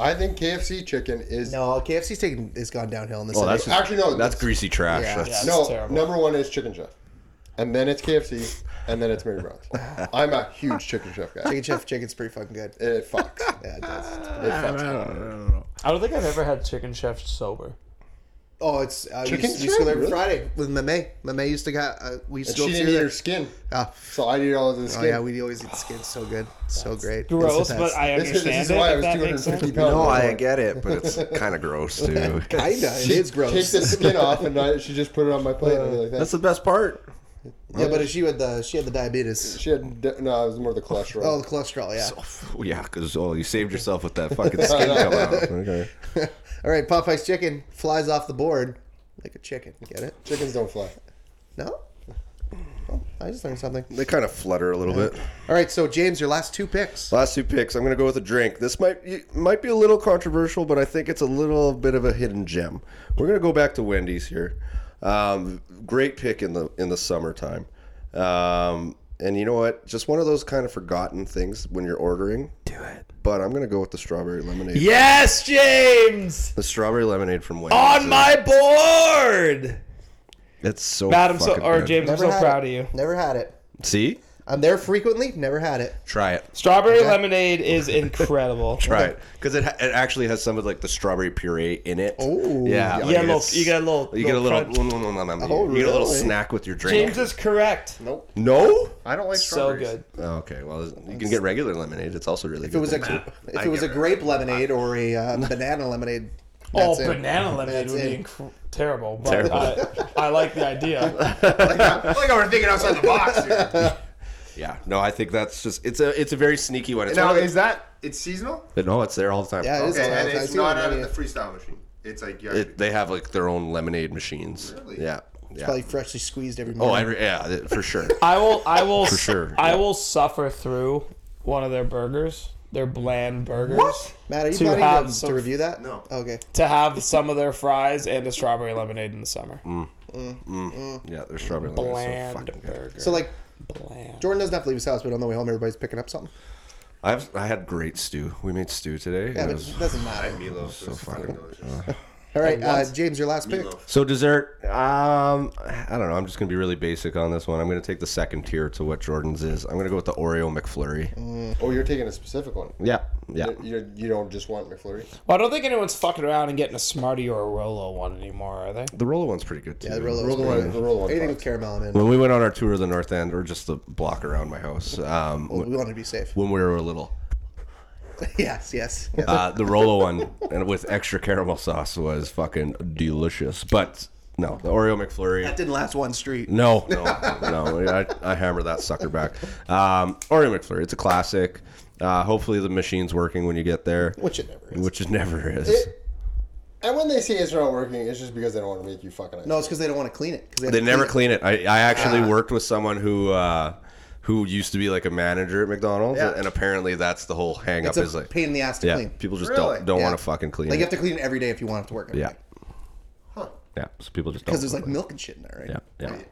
S5: I think KFC chicken is
S3: No, KFC's taken. It's gone downhill in this.
S4: Oh,
S3: city.
S4: that's just,
S5: Actually, no,
S4: That's
S5: that's-
S4: greasy trash.
S3: Yeah.
S4: That's
S6: That's
S5: no,
S6: terrible.
S5: number one is Chicken Chef, and then it's KFC, and then it's Mary Brown's. I'm a huge Chicken Chef guy.
S3: Chicken chip chicken's pretty fucking good.
S5: It fucks.
S3: Yeah, it does.
S5: It fucks.
S6: I don't think I've ever had chicken chef sober.
S3: Oh, it's uh, we
S5: Chicken
S3: used, we used to
S5: chip,
S3: go there every
S5: really?
S3: Friday with Mame. Mame used to got uh, we used
S5: And
S3: to go
S5: she
S3: through
S5: didn't eat
S3: there.
S5: her skin,
S3: Ah,
S5: so I eat all of the
S3: Oh
S5: skin.
S3: yeah, we always eat skin. So good, so great.
S6: Gross,
S3: It's the
S6: but
S3: best.
S6: I
S5: This is,
S6: understand
S5: this is
S6: it.
S5: why I
S6: if
S5: was
S6: that makes
S5: 250
S6: sense.
S4: *laughs*
S5: pounds.
S4: No, I
S5: before.
S4: get it, but *laughs* it's kind of gross too.
S3: Kinda, it is gross.
S5: Take the skin off, and I, she just put it on my plate. and I'd be
S4: *laughs*
S5: like,
S4: That's
S5: That's
S4: the best part.
S3: *laughs* yeah, but she had the she had the diabetes.
S5: she had d- no. It was more the cholesterol.
S3: Oh, the cholesterol. Yeah.
S4: Oh, yeah, because oh, you saved yourself with that fucking *laughs* skin coming out. Okay.
S3: *laughs* All right, Popeye's chicken flies off the board like a chicken. Get it?
S5: Chickens don't fly.
S3: No. I just learned something.
S4: They kind of flutter a little bit.
S3: All right, so James, your last two picks.
S4: Last two picks. I'm going to go with a drink. This might y- might be a little controversial, but I think it's a little bit of a hidden gem. We're going to go back to Wendy's here. Um, great pick in the in the summertime. Um, and you know what? Just one of those kind of forgotten things when you're ordering. Do it. But I'm going to go with the strawberry lemonade.
S2: Yes, James!
S4: The strawberry lemonade from Wendy's.
S2: On my board!
S4: It's so
S6: Adam, so,
S4: fucking
S6: or
S4: good.
S6: James,
S3: Never
S6: I'm so
S3: had
S6: proud
S3: it.
S6: of you.
S3: Never had it.
S4: See?
S3: I'm there frequently. Never had it.
S4: Try it.
S6: Strawberry lemonade is incredible.
S4: Try it because it, ha- it actually has some of like the strawberry puree in it.
S3: Oh.
S4: yeah, like
S1: You get a
S4: it's-
S1: little- you get a little-
S4: you get a
S1: little
S4: little, you get a little snack with your drink.
S6: James is correct.
S5: Nope.
S4: no,
S5: I don't like
S6: So
S5: strawberries.
S6: good.
S4: Oh, okay. Well, you can get regular lemonade. It's also really
S3: If
S4: good.
S3: it was
S4: then.
S3: a *laughs* if
S4: I
S3: it was a
S4: get it.
S3: grape lemonade or a uh, *laughs* banana lemonade.
S6: Oh,
S3: that's it.
S6: banana lemonade
S3: That's
S6: would
S3: it.
S6: be inc- terrible, but I, I like the idea.
S5: *laughs* I think I were thinking outside the *laughs* box. Here.
S4: yeah. No, I think that's just it's a it's a very sneaky one. It's
S5: now
S4: one of
S5: is that it's seasonal?
S4: the- no, it's there all the time.
S3: Yeah, it is. all
S5: Okay, and
S3: outside.
S5: it's
S3: See what
S5: not
S3: I
S5: out
S3: mean?
S5: of the freestyle machine. It's like yeah,
S4: It- they have like their own lemonade machines.
S5: Really?
S4: Yeah. Yeah.
S3: Probably freshly squeezed every
S4: oh,
S3: morning.
S4: every, yeah, it- for sure.
S6: I will. I will.
S4: For sure,
S6: I
S4: yeah.
S6: will suffer through one of their burgers. Their bland burgers. What?
S3: Matt, are you
S6: to
S3: planning
S6: have
S3: to,
S6: some-
S3: to review that?
S5: No.
S3: Okay.
S6: To have some of their fries and a strawberry lemonade in the summer.
S4: Mm. Yeah, their strawberry lemonade. is So
S6: Bland
S4: fucking good.
S6: burger.
S3: So like,
S6: bland.
S3: Jordan doesn't have to leave his house, but on the way home, everybody's picking up something.
S4: I've I had great stew. We made stew today.
S3: Yeah,
S4: It
S3: but
S4: was
S3: it doesn't matter.
S5: meatloaf. So fucking delicious.
S3: All right, uh, James, your last pick.
S5: Meatloaf.
S4: *laughs* So dessert, um, I don't know. I'm just gonna be really basic on this one. I'm gonna take the second tier to what Jordan's is. I'm gonna go with the Oreo McFlurry.
S5: Oh, you're taking a specific one.
S4: Yeah, yeah.
S5: You, you don't just want McFlurry.
S6: Well, I don't think anyone's fucking around and getting a Smartie or a Rolo one anymore, are they?
S4: The Rolo one's pretty good too.
S3: Yeah, the Rolo's
S5: Roll the
S3: great.
S5: one. The roll one.
S3: Anything
S5: Anything
S3: with caramel, I'm in.
S4: When we went on our tour of the North End, or just the block around my house, um,
S3: we want to be safe.
S4: when we were little,
S3: *laughs* yes, yes. yes.
S4: uh, the Rolo one and with extra caramel sauce was fucking delicious. But no, the Oreo McFlurry.
S3: that didn't last one street.
S4: No, no, no. I, I hammer that sucker back. Um, Oreo McFlurry. It's a classic. Uh, hopefully the machine's working when you get there,
S3: Which it never is.
S4: which it never is.
S5: And when they say it's not working, it's just because they don't want to make you fucking.
S3: No, it's because they don't want to clean it. 'cause have
S4: they
S3: to
S4: never
S3: clean
S4: clean it. I, I actually worked with someone who uh, who used to be like a manager at McDonald's,
S5: Yeah.
S4: and apparently that's the whole hang
S3: it.
S4: up
S3: It's a
S4: is like
S3: pain in the ass to
S4: yeah,
S3: clean.
S4: people just
S5: Really?
S4: don't don't
S3: Yeah.
S4: want to fucking clean
S3: Like you
S4: it.
S3: have to clean it every day if you want it to work.
S4: yeah,
S5: Huh.
S4: yeah. So people just don't
S3: Because there's like
S4: clean
S3: milk and shit in there, right?
S4: it. yeah, yeah.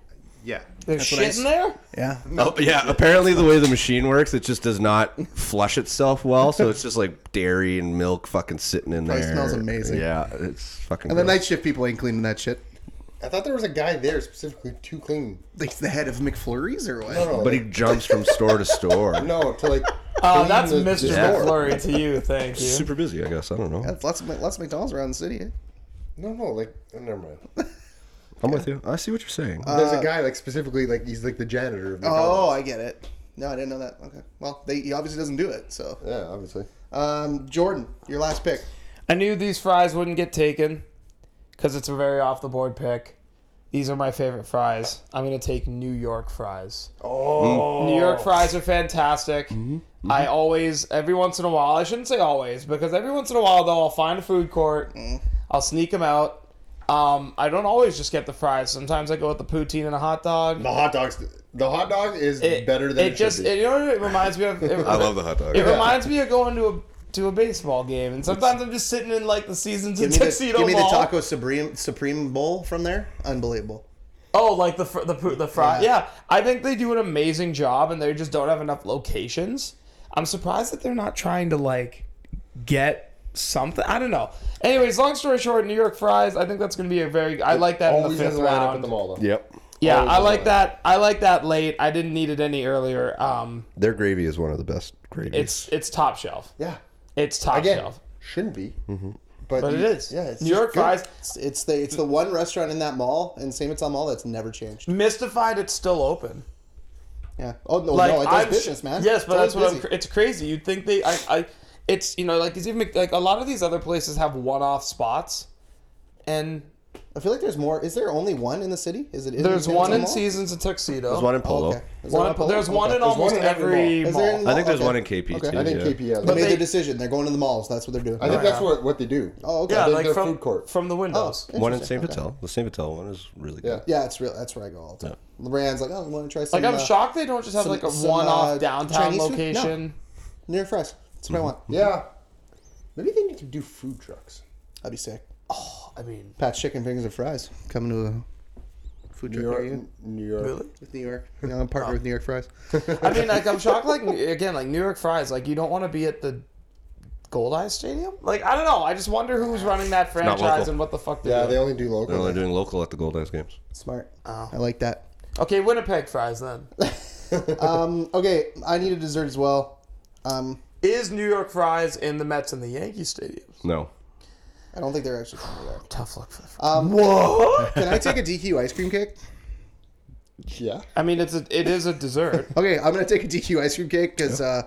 S5: Yeah.
S6: There's
S3: what I
S6: shit
S3: s-
S6: in there.
S3: Yeah.
S4: *laughs* Oh, yeah, apparently the way the machine works, it just does not flush itself well. So it's just like dairy and milk fucking sitting in there.
S3: Probably smells amazing.
S4: Yeah, it's fucking.
S3: And the
S4: gross.
S3: night shift people ain't cleaning that shit.
S5: I thought there was a guy there specifically to clean.
S3: Like the head of McFlurry's or what?
S5: No, no,
S4: but he jumps from store
S3: *laughs*
S4: to store.
S5: no to Oh, like. *laughs*
S6: Oh,
S5: clean
S6: that's
S5: the- the
S6: Mr.
S5: store.
S6: McFlurry to you. Thank
S4: *laughs*
S6: you.
S4: Super busy, I guess. I don't know.
S3: That's lots of lots of McDonald's around the city. eh?
S5: No, no, like oh, never mind.
S4: I'm with you. I see what you're saying.
S3: Uh,
S5: There's a guy like specifically like he's like the janitor of
S3: Oh,
S5: McDonald's.
S3: I get it. No, I didn't know that. Okay. Well, they, he obviously doesn't do it. So,
S5: yeah, obviously.
S3: um, Jordan, your last pick.
S6: I knew these fries wouldn't get taken because it's a very off the board pick. These are my favorite fries. I'm going to take New York fries. Oh. New York fries are fantastic. I always, every once in a while, I shouldn't say always, because every once in a while, though, I'll find a food court, I'll sneak them out. Um, I don't always just get the fries. Sometimes I go with the poutine and a hot dog.
S5: The hot dogs. The hot dog is
S6: It-
S5: better than
S6: it just. It, you know what it reminds me of? It-
S4: I love the hot dog.
S6: it reminds me of going to a to a baseball game, and sometimes I'm just sitting in like the seasons
S3: Give
S6: and
S3: me, the,
S6: tuxedo
S3: give me the
S6: mall.
S3: taco supreme supreme bowl from there. Unbelievable.
S6: Oh, like the fr- the pr- the fry. Yeah. I think they do an amazing job, and they just don't have enough locations. I'm surprised that they're not trying to like get something. I don't know. Anyways, long story short, New York fries. I think that's going to be a very. I like that in the
S5: always has
S6: fifth
S5: a lineup at
S6: round.
S5: the mall though.
S4: Yep.
S6: yeah,
S5: Always
S6: I
S5: has a
S6: like
S5: lineup.
S6: that. I like that late. I didn't need it any earlier. Um,
S4: Their gravy is one of the best gravies.
S6: it's it's top shelf.
S5: Yeah.
S6: It's top
S5: Again,
S6: shelf.
S5: shouldn't be. Mm-hmm. But,
S6: But it
S5: you-
S6: is.
S5: Yeah. It's
S6: New York fries.
S3: It's, it's the it's the one restaurant in that mall in St. It's Mall that's never changed.
S6: Mystified. It's still open.
S3: Yeah. Oh no,
S6: like
S3: no, it does
S6: I'm,
S3: business, man.
S6: Yes, but that's
S3: It's
S6: what
S3: always
S6: I'm.
S3: busy.
S6: It's crazy. You'd think they. I. I it's you know like these even like a lot of these other places have one-off spots, and
S3: I feel like there's more. Is there only one in the city? Is it? is it
S6: There's
S3: San
S6: one in
S3: Mall?
S6: Seasons and Tuxedo.
S4: There's one in
S3: Oh,
S4: Polo.
S3: okay. Is there
S6: One-
S3: in Polo?
S6: there's one
S3: Okay.
S6: in almost
S5: one in every
S6: every
S3: Is
S6: mall.
S3: there in
S4: I think there's
S3: Okay.
S4: one in KP
S3: Okay.
S4: too.
S5: I think
S4: yeah.
S5: KP has.
S3: They made
S5: it.
S6: they-
S3: the decision. They're going to the malls. That's what they're doing.
S5: I think that's what, what they do.
S3: Oh, okay.
S5: I
S6: Yeah,
S5: think
S6: like
S5: their
S6: from
S5: food court.
S6: from the windows.
S3: Oh,
S4: One in St.
S3: Interesting.
S4: Vitel. The St. Vitel one is really
S5: Yeah.
S4: good.
S3: Yeah, it's real. That's where I go all the time. Lebrand's like, oh, you want to try some?
S6: Like I'm
S3: uh,
S6: shocked they don't just have
S3: some-
S6: like a
S3: some,
S6: one-off
S3: uh,
S6: downtown
S3: Chinese food? No.
S6: location.
S3: Near fries. That's what I
S4: Mm-hmm.
S3: want.
S5: Yeah. Maybe they need to do food trucks.
S3: That'd be sick.
S6: I mean,
S3: Pat's chicken fingers and fries. Coming to a food
S5: New
S3: truck
S5: York.
S3: near you
S5: New York.
S3: with New *laughs* York. You know, I'm partnered with New York fries.
S6: I mean, like I'm shocked. Like *laughs* again, like New York fries. Like you don't want to be at the Goldeye Stadium. Like I don't know. I just wonder who's running that
S4: not
S6: franchise
S4: local.
S6: and what the fuck
S5: Yeah,
S6: they're
S5: they
S6: doing.
S5: only do local.
S4: They're only doing local at the Gold Ice games.
S3: Smart. I like that.
S6: Okay, Winnipeg fries then.
S3: Um, okay, I need a dessert as well. Um,
S6: Is New York fries in the Mets and the Yankee stadiums?
S4: No.
S3: I don't think they're actually coming there.
S6: Tough luck for the fries.
S3: Um, Whoa! Can I take a DQ ice cream cake?
S5: yeah.
S6: I mean, it's a it is a dessert. *laughs*
S3: Okay, I'm gonna take a DQ ice cream cake because uh,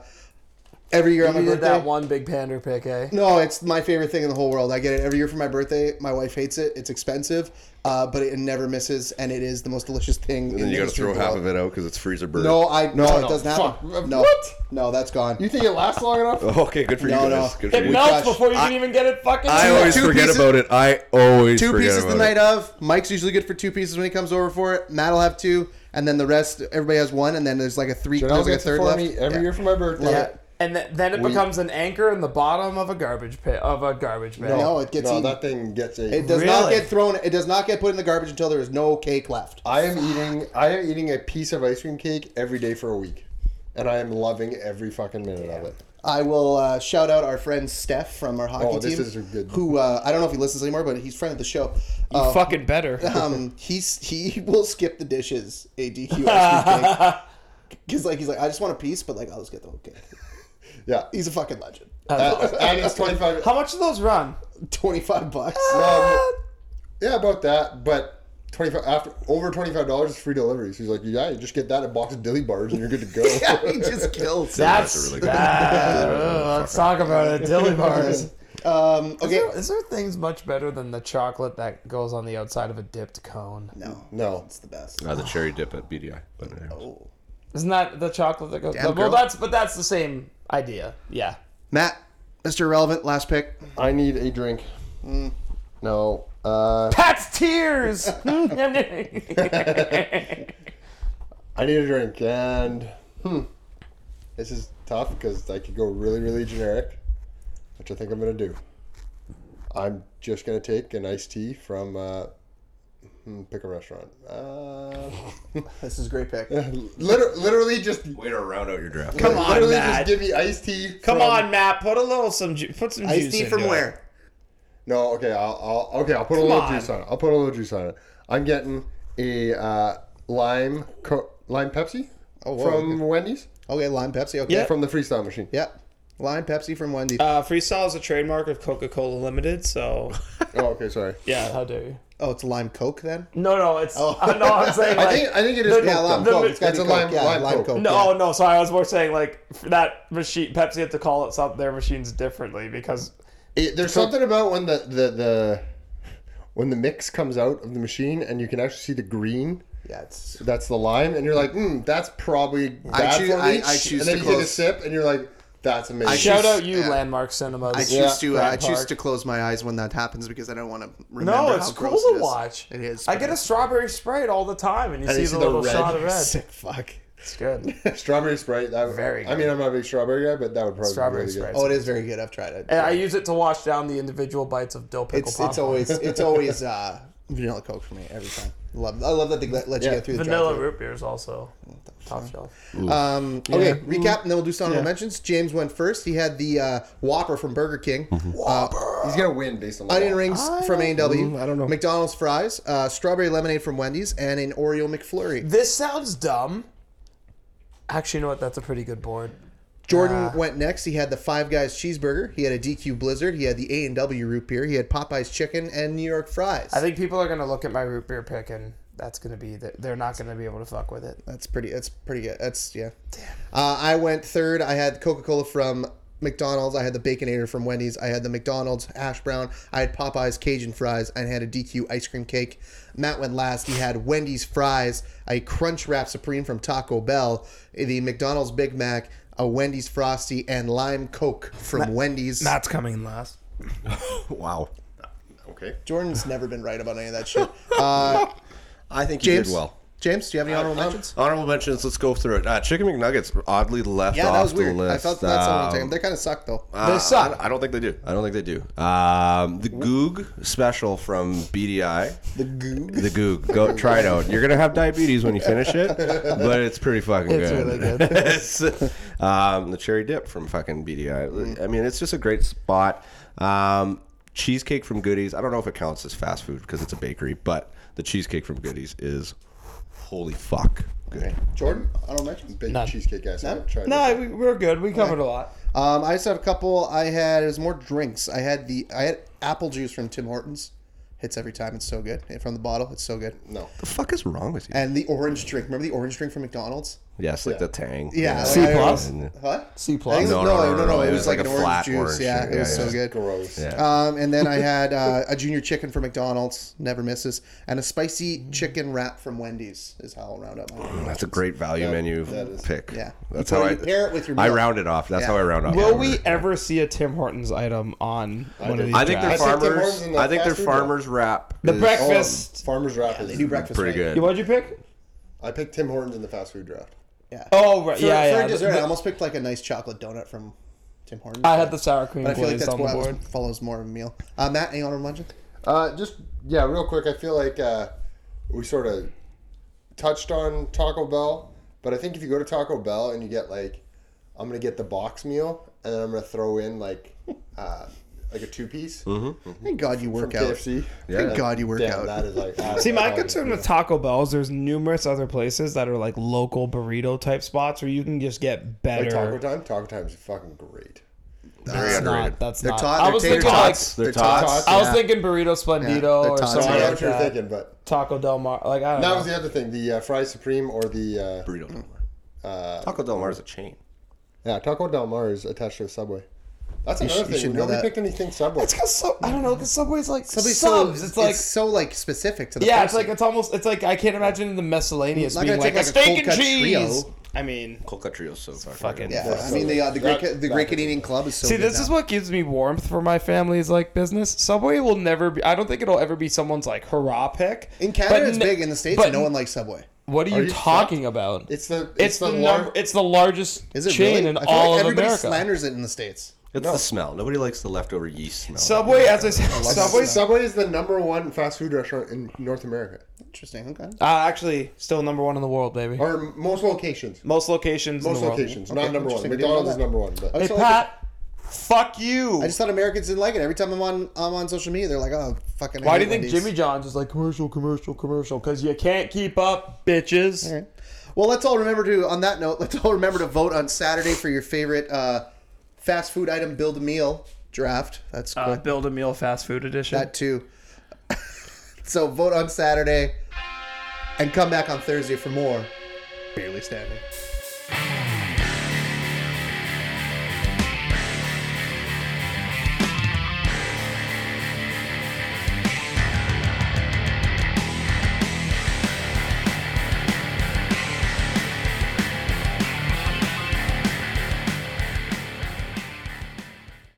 S3: every year on my
S6: you did
S3: birthday.
S6: that one big pander pick, eh?
S3: No, it's my favorite thing in the whole world. I get it every year for my birthday. My wife hates it. It's expensive, uh, but it never misses, and it is the most delicious thing. in
S4: Then you
S3: the
S4: got to
S3: history
S4: throw
S3: the
S4: half
S3: world.
S4: of it out because it's freezer bird.
S3: No, I no, it
S5: no,
S3: doesn't happen.
S5: fuck.
S3: No,
S5: What?
S3: no, that's gone.
S5: You think it lasts long enough?
S4: *laughs* Okay, good for
S3: No,
S4: you
S3: no.
S4: guys. Good for
S6: It
S4: you.
S6: melts
S3: gosh.
S6: before you can even get it fucking.
S4: I
S6: to
S4: always
S3: two
S4: forget
S3: pieces-
S4: about it. I always
S3: two
S4: forget
S3: pieces
S4: about
S3: the
S4: it.
S3: night of. Mike's usually good for two pieces when he comes over for it. Matt'll have two, and then the rest everybody has one, and then there's like a three.
S5: Janelle
S3: there's like a
S5: gets it
S3: third
S5: for
S3: left.
S5: me every
S3: Yeah.
S5: year for my birthday.
S6: Yeah. And th- then it becomes an anchor in the bottom of a garbage pit of a garbage bag.
S3: No, it gets
S5: no,
S3: eaten.
S5: that thing gets eaten.
S3: It does not
S1: Really?
S3: get thrown. It does not get put in the garbage until there is no cake left.
S5: I am eating. I am eating a piece of ice cream cake every day for a week, and I am loving every fucking minute of it.
S3: I will uh, shout out our friend Steph from our hockey
S5: Oh, this
S3: team,
S5: is a good-
S3: who uh, I don't know if he listens anymore, but he's friend of the show. Uh,
S6: fucking better.
S3: um, he's he *laughs* will skip the dishes. ADQ ice cream
S5: *laughs*
S3: cake. Because like he's like, I just want a piece, but like I'll just get the whole cake.
S5: Yeah,
S3: He's a fucking legend.
S5: and, and it's
S3: *laughs*
S5: twenty five.
S6: *laughs* How much do those run?
S3: Twenty five bucks.
S5: Um, yeah, about that, but. 25 after over $25 is free delivery. So he's like, yeah, you just get that a box of dilly bars and you're good to go.
S3: *laughs* *laughs* yeah, he just kills.
S6: That's,
S4: really good-
S6: bad. Ugh, let's talk about it. Dilly *laughs* bars.
S3: Um,
S6: Is
S3: okay.
S6: there, is there things much better than the chocolate that goes on the outside of a dipped cone?
S3: No,
S5: No.
S3: it's the best.
S4: Uh, the cherry dip at BDI. But anyways.
S6: Isn't that the chocolate that goes?
S3: Damn
S6: well,
S3: girl.
S6: that's but that's the same idea. Yeah.
S3: Matt, Mr. Relevant, last pick.
S5: I need a drink.
S3: Mm.
S5: No. Uh,
S1: *laughs*
S6: Pat's tears. I
S5: I need a drink, and hmm, this is tough because I could go really, really generic, which I think I'm gonna do. I'm just gonna take an iced tea from uh, hmm, pick a restaurant. Uh,
S3: This is a great pick.
S5: liter- literally just
S4: Way to round
S5: *laughs*
S4: out your draft.
S1: Come on,
S5: literally
S1: Matt.
S5: just give me iced tea.
S1: Come
S5: from-
S1: on, Matt. Put a little some ju- put some
S3: Iced
S1: juice
S3: tea
S1: into
S3: from
S1: it.
S3: where?
S5: No, okay, I'll, I'll okay, I'll put a little
S1: on.
S5: juice on it. I'll put a little juice on it. I'm getting a uh, lime co- lime Pepsi
S3: Oh, whoa,
S5: from Wendy's
S3: Okay, lime Pepsi. Okay.
S5: from the freestyle machine.
S3: Yeah. Lime Pepsi from Wendy's.
S1: Uh, Freestyle is a trademark of Coca-Cola Limited, so
S5: Oh, okay, sorry.
S1: yeah.
S6: How dare you?
S3: oh, it's lime Coke then.
S6: No, no, it's uh, *laughs* no. I'm saying
S5: I
S6: like,
S5: think I think it is. Coke,
S3: Yeah, lime
S5: though.
S3: Coke.
S5: It's
S3: It's gotta
S5: a
S3: be
S5: lime,
S3: Coke. Yeah,
S5: lime, Coke.
S6: no, no. Sorry, I was more saying like f- that machine. Pepsi had to call it something their machines differently because
S5: It- there's something about when the, the the when the mix comes out of the machine and you can actually see the green.
S3: Yeah, it's
S5: That's the lime, and you're like, mm, that's probably bad
S11: choo-
S5: for me.
S11: I- I choose
S5: and
S11: to
S5: then you take a
S11: close-
S5: sip, and you're like, that's amazing.
S6: shout
S11: choose-
S6: out you Landmark Cinemas.
S11: I choose
S5: Yeah,
S11: to uh, I
S6: Grand Park.
S11: choose to close my eyes when that happens because I don't want to remember.
S6: no,
S11: how
S6: it's cool
S11: gross it
S6: to
S11: is.
S6: watch.
S11: It is.
S6: I get a strawberry sprite all the time, and you
S5: And
S6: see
S5: you
S6: the little shot of red.
S5: Sick fuck.
S6: *laughs* It's good.
S5: *laughs* strawberry sprite. That,
S6: Very
S5: I mean, I'm not a big strawberry guy, but that would probably
S6: Strawberry
S5: be really
S6: sprite.
S3: Oh, it is very good. I've tried it.
S6: And I use it to wash down the individual bites of dill pickle
S3: it's it's
S6: popcorn.
S3: always it's always uh, vanilla Coke for me every time. Love I love that they let, let you
S5: Yeah.
S3: get through the
S6: vanilla
S3: drive-thru.
S6: root beers also top shelf.
S3: Um, okay, recap, and then we'll do some honorable mentions. James went first. He had the uh, Whopper from Burger King. Whopper.
S5: good. He's gonna win based on
S3: onion
S5: that.
S3: rings from A&W. I don't know. McDonald's fries, uh, strawberry lemonade from Wendy's, and an Oreo McFlurry.
S6: This sounds dumb. Actually, you know what? That's a pretty good board.
S3: Jordan went next. He had the Five Guys cheeseburger. He had a DQ Blizzard. He had the A and W root beer. He had Popeye's chicken and New York fries.
S6: I think people are gonna look at my root beer pick, and that's gonna be that they're not gonna be able to fuck with it.
S3: that's pretty. That's pretty good. That's yeah. Uh, I went third. I had Coca Cola from McDonald's. I had the Baconator from Wendy's. I had the McDonald's hash brown. I had Popeye's Cajun fries. I had a DQ ice cream cake. Matt went last. He had Wendy's fries, a Crunch Wrap Supreme from Taco Bell, the McDonald's Big Mac, a Wendy's Frosty, and Lime Coke from Wendy's.
S1: That's coming last.
S4: *laughs* Wow. Okay.
S3: Jordan's never been right about any of that shit. Uh,
S4: *laughs* I think you
S3: James,
S4: did well.
S3: James, do you have any honorable
S4: Um,
S3: mentions?
S4: Honorable mentions. Let's go through it. Uh, Chicken McNuggets oddly left
S3: Yeah,
S4: off
S3: that was
S4: the
S3: weird.
S4: list.
S3: I felt that's the only
S4: Um,
S3: time. They kind of suck though.
S4: Uh, suck. I don't think they do. I don't think they do. Um, the Goog special from BDI. The Goog. The Goog. Go try it out. You're gonna have diabetes when you finish it, but it's pretty fucking
S3: It's
S4: good.
S3: really good.
S4: *laughs* It's- um, the cherry dip from fucking BDI. I mean, it's just a great spot. Um, cheesecake from Goodies. I don't know if it counts as fast food because it's a bakery, but the cheesecake from Goodies is holy fuck good.
S5: Jordan, I don't mention big cheesecake guys. I've tried
S6: No,
S5: it.
S6: I- we- we're good. We covered a lot.
S3: Um, I just have a couple. I had it was more drinks. I had the I had apple juice from Tim Hortons. Hits every time. It's so good. From the bottle, it's so good.
S5: No.
S4: The fuck is wrong with you?
S3: And the orange drink. Remember the orange drink from McDonald's?
S4: yes, like the Tang.
S3: Yeah. like,
S6: C
S3: I-
S6: plus?
S3: What?
S6: C
S3: I
S6: plus.
S3: think it was- no,
S4: No, no,
S3: no, no,
S4: no, no,
S3: It was like, an orange
S4: flat
S3: juice.
S4: orange
S3: yeah,
S4: drink.
S3: it was
S4: Yeah,
S3: so
S4: yeah.
S3: good.
S5: Gross.
S3: Um, and then I had uh, a junior chicken from McDonald's. Never misses. And a spicy chicken wrap from Wendy's is how I'll round up my.
S4: That's a great value menu pick.
S3: Yeah.
S4: that's
S3: You
S4: how
S3: put-
S4: I
S3: you pair it with your
S4: I
S3: milk.
S4: round it off. That's
S3: Yeah.
S4: how I round off.
S6: Will
S4: my
S6: we
S4: order.
S6: ever see a Tim Hortons item on one of these?
S4: I think
S6: drafts?
S4: they're
S5: I think the
S4: farmers.
S5: ones in the
S4: I think they're
S5: fast food one.
S4: farmers wrap.
S6: the
S4: is
S6: breakfast.
S5: Farmer's Wrap is
S3: They do breakfast.
S4: Pretty
S3: right?
S4: good.
S6: What'd you pick?
S5: I picked Tim Hortons in the fast food draft.
S3: Yeah.
S6: Oh right,
S3: For,
S6: yeah,
S3: for
S6: yeah. the-
S3: dessert,
S6: the-
S3: I almost picked like a nice chocolate donut from Tim Hortons.
S6: I had the sour cream
S3: But I feel like
S6: glazed
S3: that's
S6: on the
S3: what
S6: board.
S3: was- follows more of a meal. Uh, Matt, any honorable mention?
S5: Uh, just yeah, real quick. I feel like uh, we sort of touched on Taco Bell, but I think if you go to Taco Bell and you get like, I'm gonna get the box meal, and then I'm gonna throw in like, uh, like a two piece
S3: Thank God you work out.
S5: KFC.
S3: Thank God you work
S5: mm-hmm. Damn,
S3: out.
S5: that is like. out of
S6: See,
S5: that
S6: my
S5: ballgame.
S6: concern with Taco Bell is there's numerous other places that are like local burrito type spots where you can just get better.
S5: Like Taco Time. Taco Time is fucking great.
S6: that's not. That's
S3: They're
S6: not.
S3: tot-
S6: I
S3: they're
S6: was
S3: tater
S6: thinking like,
S3: tots.
S4: They're
S3: They're tots.
S4: tots.
S6: I was
S3: Yeah.
S6: thinking burrito splendito
S3: they're
S6: or
S3: tots.
S5: I
S6: something
S5: know
S6: like
S5: what you're
S6: that.
S5: thinking, but
S6: Taco Del Mar. Like I don't
S5: that
S6: know.
S5: was the other thing: the uh, fries supreme or the uh,
S4: burrito.
S6: Mm.
S4: Del Mar.
S3: Uh,
S4: Taco Del Mar is a chain.
S5: yeah Taco Del Mar is attached to a Subway. That's
S3: sh-
S5: another
S3: you should
S5: thing.
S3: know
S5: Nobody
S3: that.
S5: picked anything Subway.
S6: It's cause so, I don't know because Subway's like
S3: Somebody's
S6: subs.
S3: So,
S6: it's like
S3: so like specific to the
S6: yeah, it's
S3: person.
S6: like it's almost it's like I can't imagine the miscellaneous
S3: Not
S6: being like,
S3: gonna take,
S6: a
S3: like, a cold
S6: steak and
S3: cut
S6: cheese.
S3: trio.
S6: I mean,
S4: Cold cut trio is so fucking.
S6: fucking
S4: good.
S3: yeah. I mean the uh, the Greek the Greek Canadian club is so.
S6: See,
S3: good
S6: this
S3: now.
S6: is what gives me warmth for my family's like business. Subway will never be. I don't think it'll ever be someone's like hurrah pick.
S3: in Canada
S6: But
S3: it's
S6: n-
S3: big in the states
S6: but
S3: no
S6: n-
S3: one likes Subway.
S6: What are, you,
S5: you
S6: talking about?
S5: It's the it's,
S6: It's,
S5: the,
S6: the,
S5: lar-
S6: number. It's the largest
S3: Is it
S6: chain
S3: really?
S6: in
S3: I feel
S6: all
S3: like
S6: of
S3: everybody
S6: America.
S3: slanders it in the states.
S4: It's the smell. Nobody likes the leftover yeast
S6: *laughs*
S4: smell.
S6: Subway,
S3: *laughs*
S6: as I said,
S5: Subway,
S6: Subway.
S5: Subway is the number one fast food restaurant in North America,
S3: Interesting. Okay.
S6: Uh, actually, still number one in the world, baby.
S5: or most locations.
S6: Most locations.
S5: Most
S6: in the
S5: locations,
S3: Okay,
S5: not number one.
S3: interesting. I didn't know
S5: McDonald's is
S3: that.
S5: number one,
S3: I
S5: but
S6: World.
S3: just
S6: Hey
S3: thought-
S6: Pat, fuck you.
S3: I just thought Americans didn't like it. Every time I'm on I'm on social media, they're like, "Oh, fucking." I
S6: Why do
S3: hate
S6: you think
S3: Wendy's.
S6: Jimmy John's is like commercial, commercial, commercial? Because you can't keep up, bitches.
S3: All right. Well, let's all remember to. On that note, *laughs* let's all remember to vote on Saturday for your favorite uh, fast food item build a meal draft. That's cool.
S1: Uh, build a meal fast food edition.
S3: that too. *laughs* so vote on Saturday, and come back on Thursday for more. Barely standing.